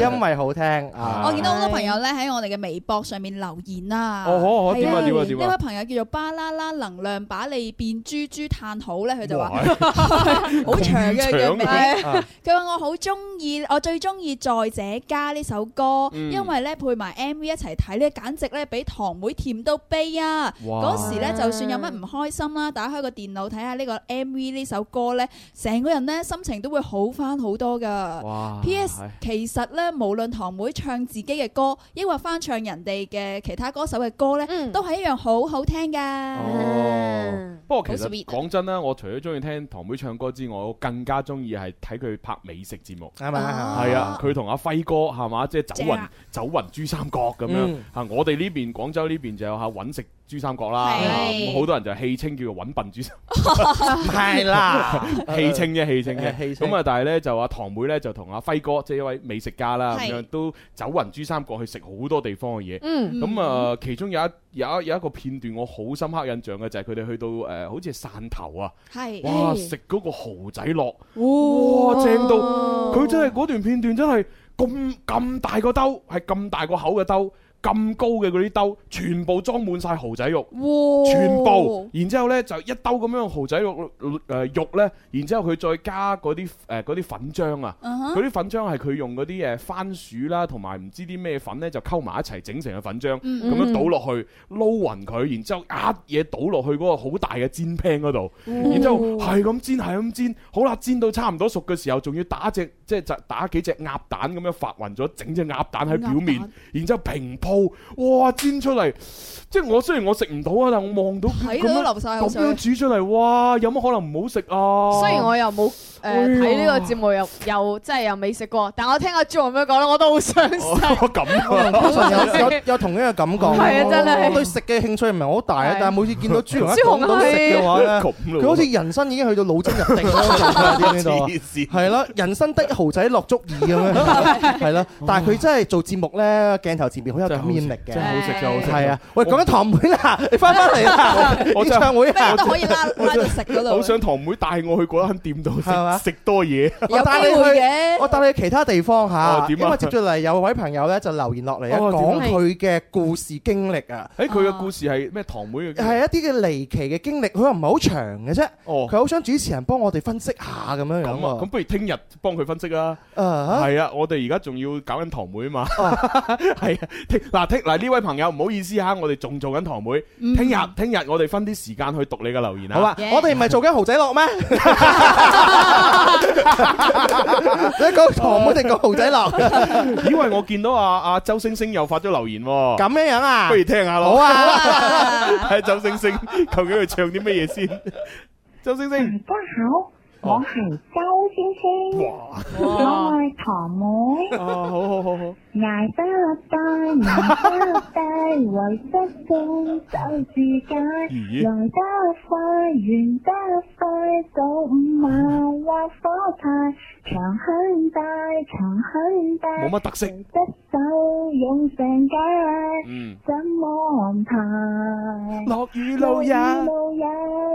S4: 因為好聽啊！
S6: 我見到好多朋友咧喺我哋嘅微博上面留言啊。
S4: 哦好好點啊點啊
S6: 係
S4: 點啊
S6: 呢位朋友叫做巴啦啦能量把你變豬豬嘆好咧，佢就 話好長嘅
S12: 咁
S6: 嘅
S12: 長
S6: 名。
S12: 啊
S6: 佢話我好中意，我最中意在這家呢首歌，
S12: 嗯
S6: 因為咧配埋 MV 一齊睇咧，簡直咧比堂妹甜到悲啊！
S12: 哇
S6: 嗰時咧就算有乜唔開心啦，打開個電腦睇下呢個 MV 呢首歌咧，成個人咧心情都會好翻好多㗎。
S3: 哇
S6: P.S.
S3: 啊係
S6: 其實咧，無論堂妹唱自己嘅歌，抑或翻唱人哋嘅其他歌手嘅歌咧，
S8: 嗯
S6: 都係一樣好好聽㗎。
S3: 哦，不過其
S6: 啊
S3: 實
S6: 好 sweet
S3: 講真啦，我除咗中意聽堂妹唱歌之外，我更加中意係睇佢拍美食節目。
S4: 係咪啊
S3: 係啊，佢同阿輝哥係嘛，即係走
S4: 正
S3: 雲
S4: 啊
S3: 走雲珠三角咁樣
S4: 嗯
S3: 嚇。啊我哋呢邊廣州呢邊就有下揾食珠三角啦，
S4: 係
S3: 嚇咁好多人就戲稱叫做揾笨珠三角。，
S4: 唔係啦
S3: 戲稱啫，戲稱
S4: 誒戲
S3: 啫。
S4: 稱
S3: 咁啊，但係咧就話堂妹咧就同阿輝哥，即係一位美食家啦，咁
S4: 係
S3: 樣都走雲珠三角去食好多地方嘅嘢。
S4: 嗯
S3: 咁啊，其中有一有一有一個片段我好深刻印象嘅就係佢哋去到誒，好似係汕頭啊，
S6: 係
S3: 哇，
S6: 係
S3: 食嗰個蠔仔落，
S6: 哇
S3: 哇，正
S4: 哦
S3: 到佢真係嗰段片段真係咁咁大個兜，係咁大個口嘅兜。咁高嘅嗰啲兜，全部裝滿晒蠔仔肉。
S5: 哇
S3: 全
S6: 哦
S3: 部，然之後呢，就一兜咁樣蠔仔肉誒、呃肉呢，然之後佢再加嗰啲誒嗰啲粉漿啊，
S1: 嗯哼
S3: 嗰啲、粉漿係佢用嗰啲誒番薯啦，同埋唔知啲咩粉呢，就溝埋一齊整成嘅粉漿，咁、
S1: 嗯
S3: 樣倒落去撈勻佢，然之後一嘢倒落去嗰個好大嘅煎 pan 嗰度，
S1: 哦
S3: 然之後係咁煎係咁煎，好啦，煎到差唔多熟嘅時候，仲要打隻即係就打幾隻鴨蛋咁樣發勻咗，整隻鴨蛋喺表面，然之後平鋪，哇煎出嚟，即係我雖然我食唔到啊，但我望到
S6: 睇
S3: 咁
S6: 到都
S3: 樣
S6: 流晒口水
S3: 咁樣煮出嚟，哇！有乜可能唔好食啊？
S5: 雖然我又冇
S3: 哎呀
S5: 誒睇呢個節目，又又真係又未食過，但我聽阿朱紅咁樣講咧，我都好想食。
S7: 啊
S4: 通常有有有同一嘅感覺。
S5: 係啊真係
S4: 我對食嘅興趣唔係好大啊
S5: 係，
S4: 但係每次見到朱紅一
S5: 朱紅
S4: 講到食嘅話咧，
S3: 係
S4: 啊佢好似人生已經去到腦筋入定嗰種狀態啲呢度啊
S3: 黐線
S4: 係啦，人生的豪仔落足耳咁 樣，係啦。但係佢真係做節目咧，鏡頭前面好有感染力嘅，
S3: 哦真係好食真係好食
S4: 係啊，喂，講緊堂妹 啦，你翻返嚟啦，
S3: 我
S4: 演唱會啊，
S3: 好想堂妹帶我去嗰間店度食
S4: 係嘛
S3: 食多 嘢。
S4: 我帶你去，我帶你去其他地方
S3: 哦
S4: 嚇，
S3: 點啊
S4: 因為接住嚟有位朋友咧就留言落嚟啊，
S3: 哦點
S4: 講
S3: 啊
S4: 佢嘅故事經歷啊。
S3: 誒，佢嘅故事係咩？堂妹嘅故事
S4: 係一啊啲嘅離奇嘅經歷，佢又唔係好長嘅啫。
S3: 哦
S4: 佢好想主持人幫我哋分析下咁樣樣
S3: 咁啊，咁
S4: 喎。
S3: 不如聽日幫佢分析啊。
S4: 啊哦
S3: 係啊，我哋而家仲要搞緊堂妹啊嘛。 係啊，聽嗱聽嗱呢位朋友唔好意思吓，我哋仲做緊堂妹。聽日聽日我哋分啲時間去讀你嘅留言啊。
S4: 嗯好啊，我哋唔係做緊豪仔樂咩？ 你講堂妹定講 豪仔樂？
S3: 因為我見到阿阿周星星又發咗留言喎。
S4: 咁樣樣啊？
S3: 不如聽下
S4: 好
S3: 咯。
S4: 啊！
S3: 睇下周星星 究竟佢唱啲乜嘢先。周星星，
S13: 大家好，我係周星星，我係堂妹。
S4: 嗯
S3: 哦，好好好好。
S13: 捱得低，唔得低，為得精走自己，
S1: 咦
S13: 來得快，完得快，早午晚劃火柴，長很大，長很大，
S1: 冇乜特色
S13: 誰得手用成街，
S1: 嗯
S13: 怎麼安排？
S1: 落雨路也
S13: 落雨路也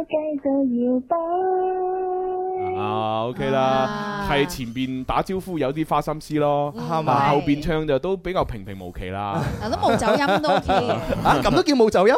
S13: 繼續搖擺。
S3: 啊，OK 啦，係前邊打招呼有啲花心思咯，
S4: 嗯係嘛
S3: 啊後邊唱就都比較平平無奇啦。
S6: 嗱，都冇走音都 OK。
S4: 啊，咁都叫 冇走音？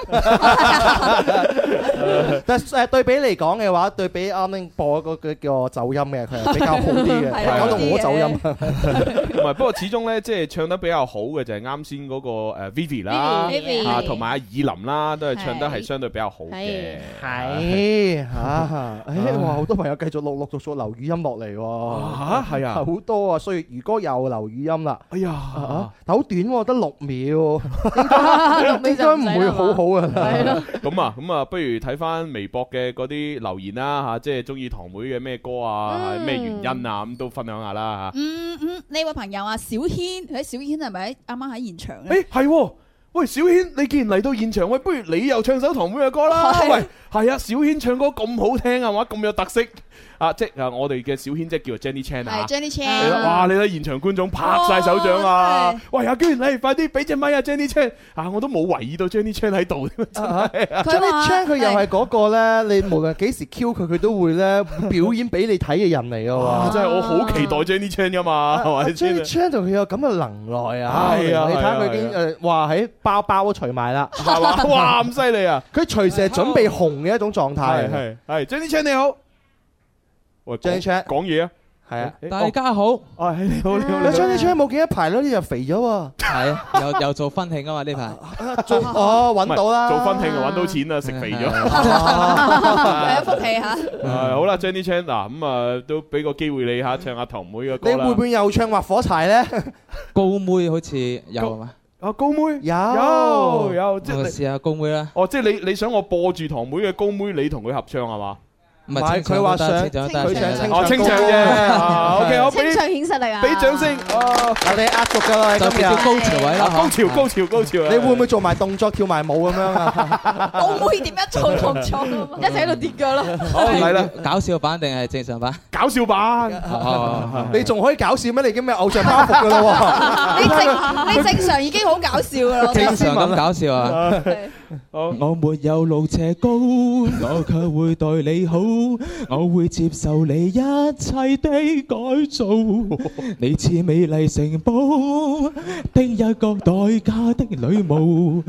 S4: 但係誒對比嚟講嘅話，對比啱啱播嗰個叫我走音嘅，佢 係比較好啲嘅，
S3: 係啊
S4: 搞到我 走音。
S3: 唔係，不過始終咧，即係唱得比較好嘅就係啱先嗰個誒 Vivi 啦
S4: Vivi，Vivi，
S3: 啊同埋阿以林啦，都係唱得係
S4: 係
S3: 相對比較好嘅。
S4: 係嚇，誒哇！好多朋友繼續陸陸續續留語音落嚟喎，
S3: 嚇係啊
S4: 好多啊！所以如哥又留語音啦，
S3: 哎呀，
S4: 哦但好短喎，得六秒，應該唔會好好啊。
S3: 咁啊，咁啊，不如睇翻微博嘅嗰啲留言啦吓，即係中意堂妹嘅咩歌啊，咩原因啊，咁都分享下啦吓。
S6: 嗯嗯，呢位朋友啊，小軒，佢小軒係咪喺啱啱喺現場啊咧？
S3: 诶，系喎，喂，小軒，你既然嚟到現場，喂，不如你又唱首堂妹嘅歌啦。
S6: 係
S3: 喂， 係啊，小軒唱歌咁好聽啊，嘛，咁有特色啊，即係啊，我哋嘅小軒即係叫做 Jenny Chan 啊。
S6: 係 Jenny Chan
S3: 係啦哇，你睇現場觀眾拍晒手掌啊！喂，阿娟，你快啲俾隻咪啊，Jenny Chan 啊，我都冇懷疑到 Jenny Chan 喺度。真係啊
S4: Johnny Chan 佢又係嗰個咧，你無論幾時 Q 佢，佢都會咧 表演俾你睇嘅人嚟嘅
S3: 啊
S4: 喎。
S3: 真係我好期待 Jenny Chan 噶嘛，
S4: 啊
S3: 係咪先？
S4: Johnny Chan 同佢有咁嘅能耐啊！
S3: 係啊
S4: 你睇下
S3: 係
S4: 佢
S3: 啊
S4: 已經
S3: 係
S4: 誒，哇喺包包都除埋啦，
S3: 係嘛？哇，咁犀利啊！
S4: 佢隨時係準備紅嘅一種狀態。
S3: 係係係，Jenny Chan 你好，喂
S4: Jenny Chan
S3: 講嘢啊，
S4: 係啊
S15: 大家好，
S3: 啊你好你好
S4: 你張啲槍冇見一排咯，呢就肥咗喎。
S15: 係
S3: 啊
S15: 又又做婚慶啊嘛呢 排，
S4: 做哦揾到啦，
S3: 做婚慶就揾到錢啦，食肥 咗。
S6: 係啊，福氣嚇。
S3: 係好啦，Jenny Chan 嗱咁啊，都俾個機會你嚇唱下堂妹嘅
S4: 你
S3: 歌啦。
S4: 會唔會又唱劃火柴咧？
S15: 高妹好似有啊嘛，
S3: 啊高妹
S4: 有
S3: 有有，即
S15: 我試
S3: 係
S15: 下高妹啦。
S3: 哦，即係你你想我播住堂妹嘅高妹，你同佢合唱係嘛？
S15: 唔係清唱都得清唱都得
S4: 佢想
S15: 清唱
S3: 哦，清唱啫。OK，好，啊俾
S5: 清唱顯實力啊！
S3: 俾掌聲。哦，
S4: 我哋壓軸㗎啦，
S15: 就
S4: 今日
S15: 叫高潮位啦
S4: 啊
S3: 高潮高潮高潮啊！
S4: 你會唔會做埋動作跳埋舞咁樣啊？
S6: 我會點樣做動作？
S5: 一齊喺度跌腳咯。
S3: 好嚟啦，
S15: 搞笑版定係正常版？
S3: 搞搞笑版。
S4: 你仲可以搞笑咩？你已經咩偶像包袱噶啦喎！
S6: 你正你正常已經好搞笑噶啦，我覺
S15: 正
S6: 得
S15: 常咁搞笑啊！我沒有路斜高，我卻會對你好，我會接受你一切的改造。你似美麗城堡的一個待嫁的女巫。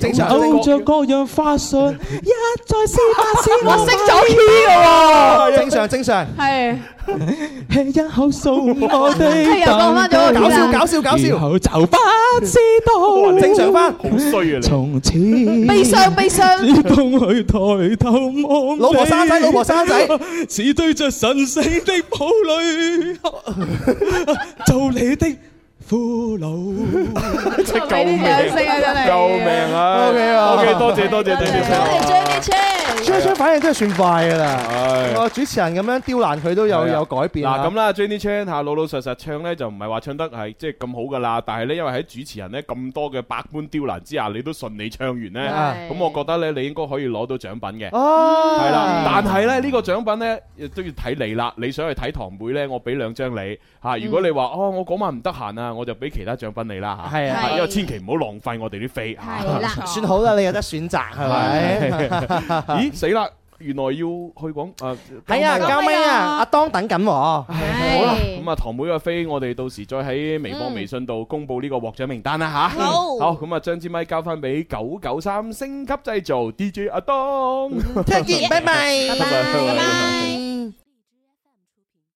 S4: 正常
S15: 有着各樣花術，一再試下試
S4: 我
S15: 我
S4: 識
S15: 識
S4: 咗
S15: 咗
S4: key
S15: key
S4: 嘅
S15: 嘅
S4: 喎
S15: 喎，
S4: 正常正常
S5: 係
S15: 吃一口餸，我哋
S4: 係又講返咗個
S15: 等
S4: 搞笑
S15: 等
S4: 搞笑搞笑
S15: 然後就不知道
S4: 正常返
S3: 好衰啊你！
S15: 從此
S5: 悲傷悲傷
S15: 主動去抬頭望你
S4: 老婆生仔老婆生仔，
S15: 似對着神聖的堡壘，做你的俘虜。
S3: 即係
S5: 俾
S3: 救命
S5: 啲掌聲啊真係
S3: 救命啊
S4: OK 啊
S3: ！OK，多謝多謝多謝。
S4: 張張反應真係算快噶啦
S3: 係，
S4: 我主持人咁樣刁難佢都有有改變
S3: 嗱咁啦，Jenny Chan 嚇老老實實唱咧就唔係話唱得係即係咁好噶啦，但係咧因為喺主持人咧咁多嘅百般刁難之下，你都順利唱完咧，
S4: 係
S3: 咁我覺得咧你應該可以攞到獎品嘅。
S4: 哦
S3: 係啦，但係咧呢個獎品咧都要睇你啦，你想去睇堂妹咧，我俾兩張你
S4: 嗯
S3: 嚇。如果你話哦我嗰晚唔得閒啊，我就俾其他獎品你啦嚇。
S4: 係啊
S3: 因為千祈唔好浪費我哋啲飛嚇。
S4: 算好啦，你有得選擇係咪？
S3: 咦死啦！原來要去廣誒，
S4: 係啊，交咪啊，阿當等緊 我。
S3: 好啦，咁啊，堂妹嘅飛，我哋到時再喺微博、
S4: 嗯
S3: 微信度公布呢個獲獎名單啦吓。
S4: 嗯好
S3: 好，咁啊，將支咪交翻俾九九三星級製造 DJ 阿東。
S4: 聽見，拜拜，
S3: 拜拜拜拜。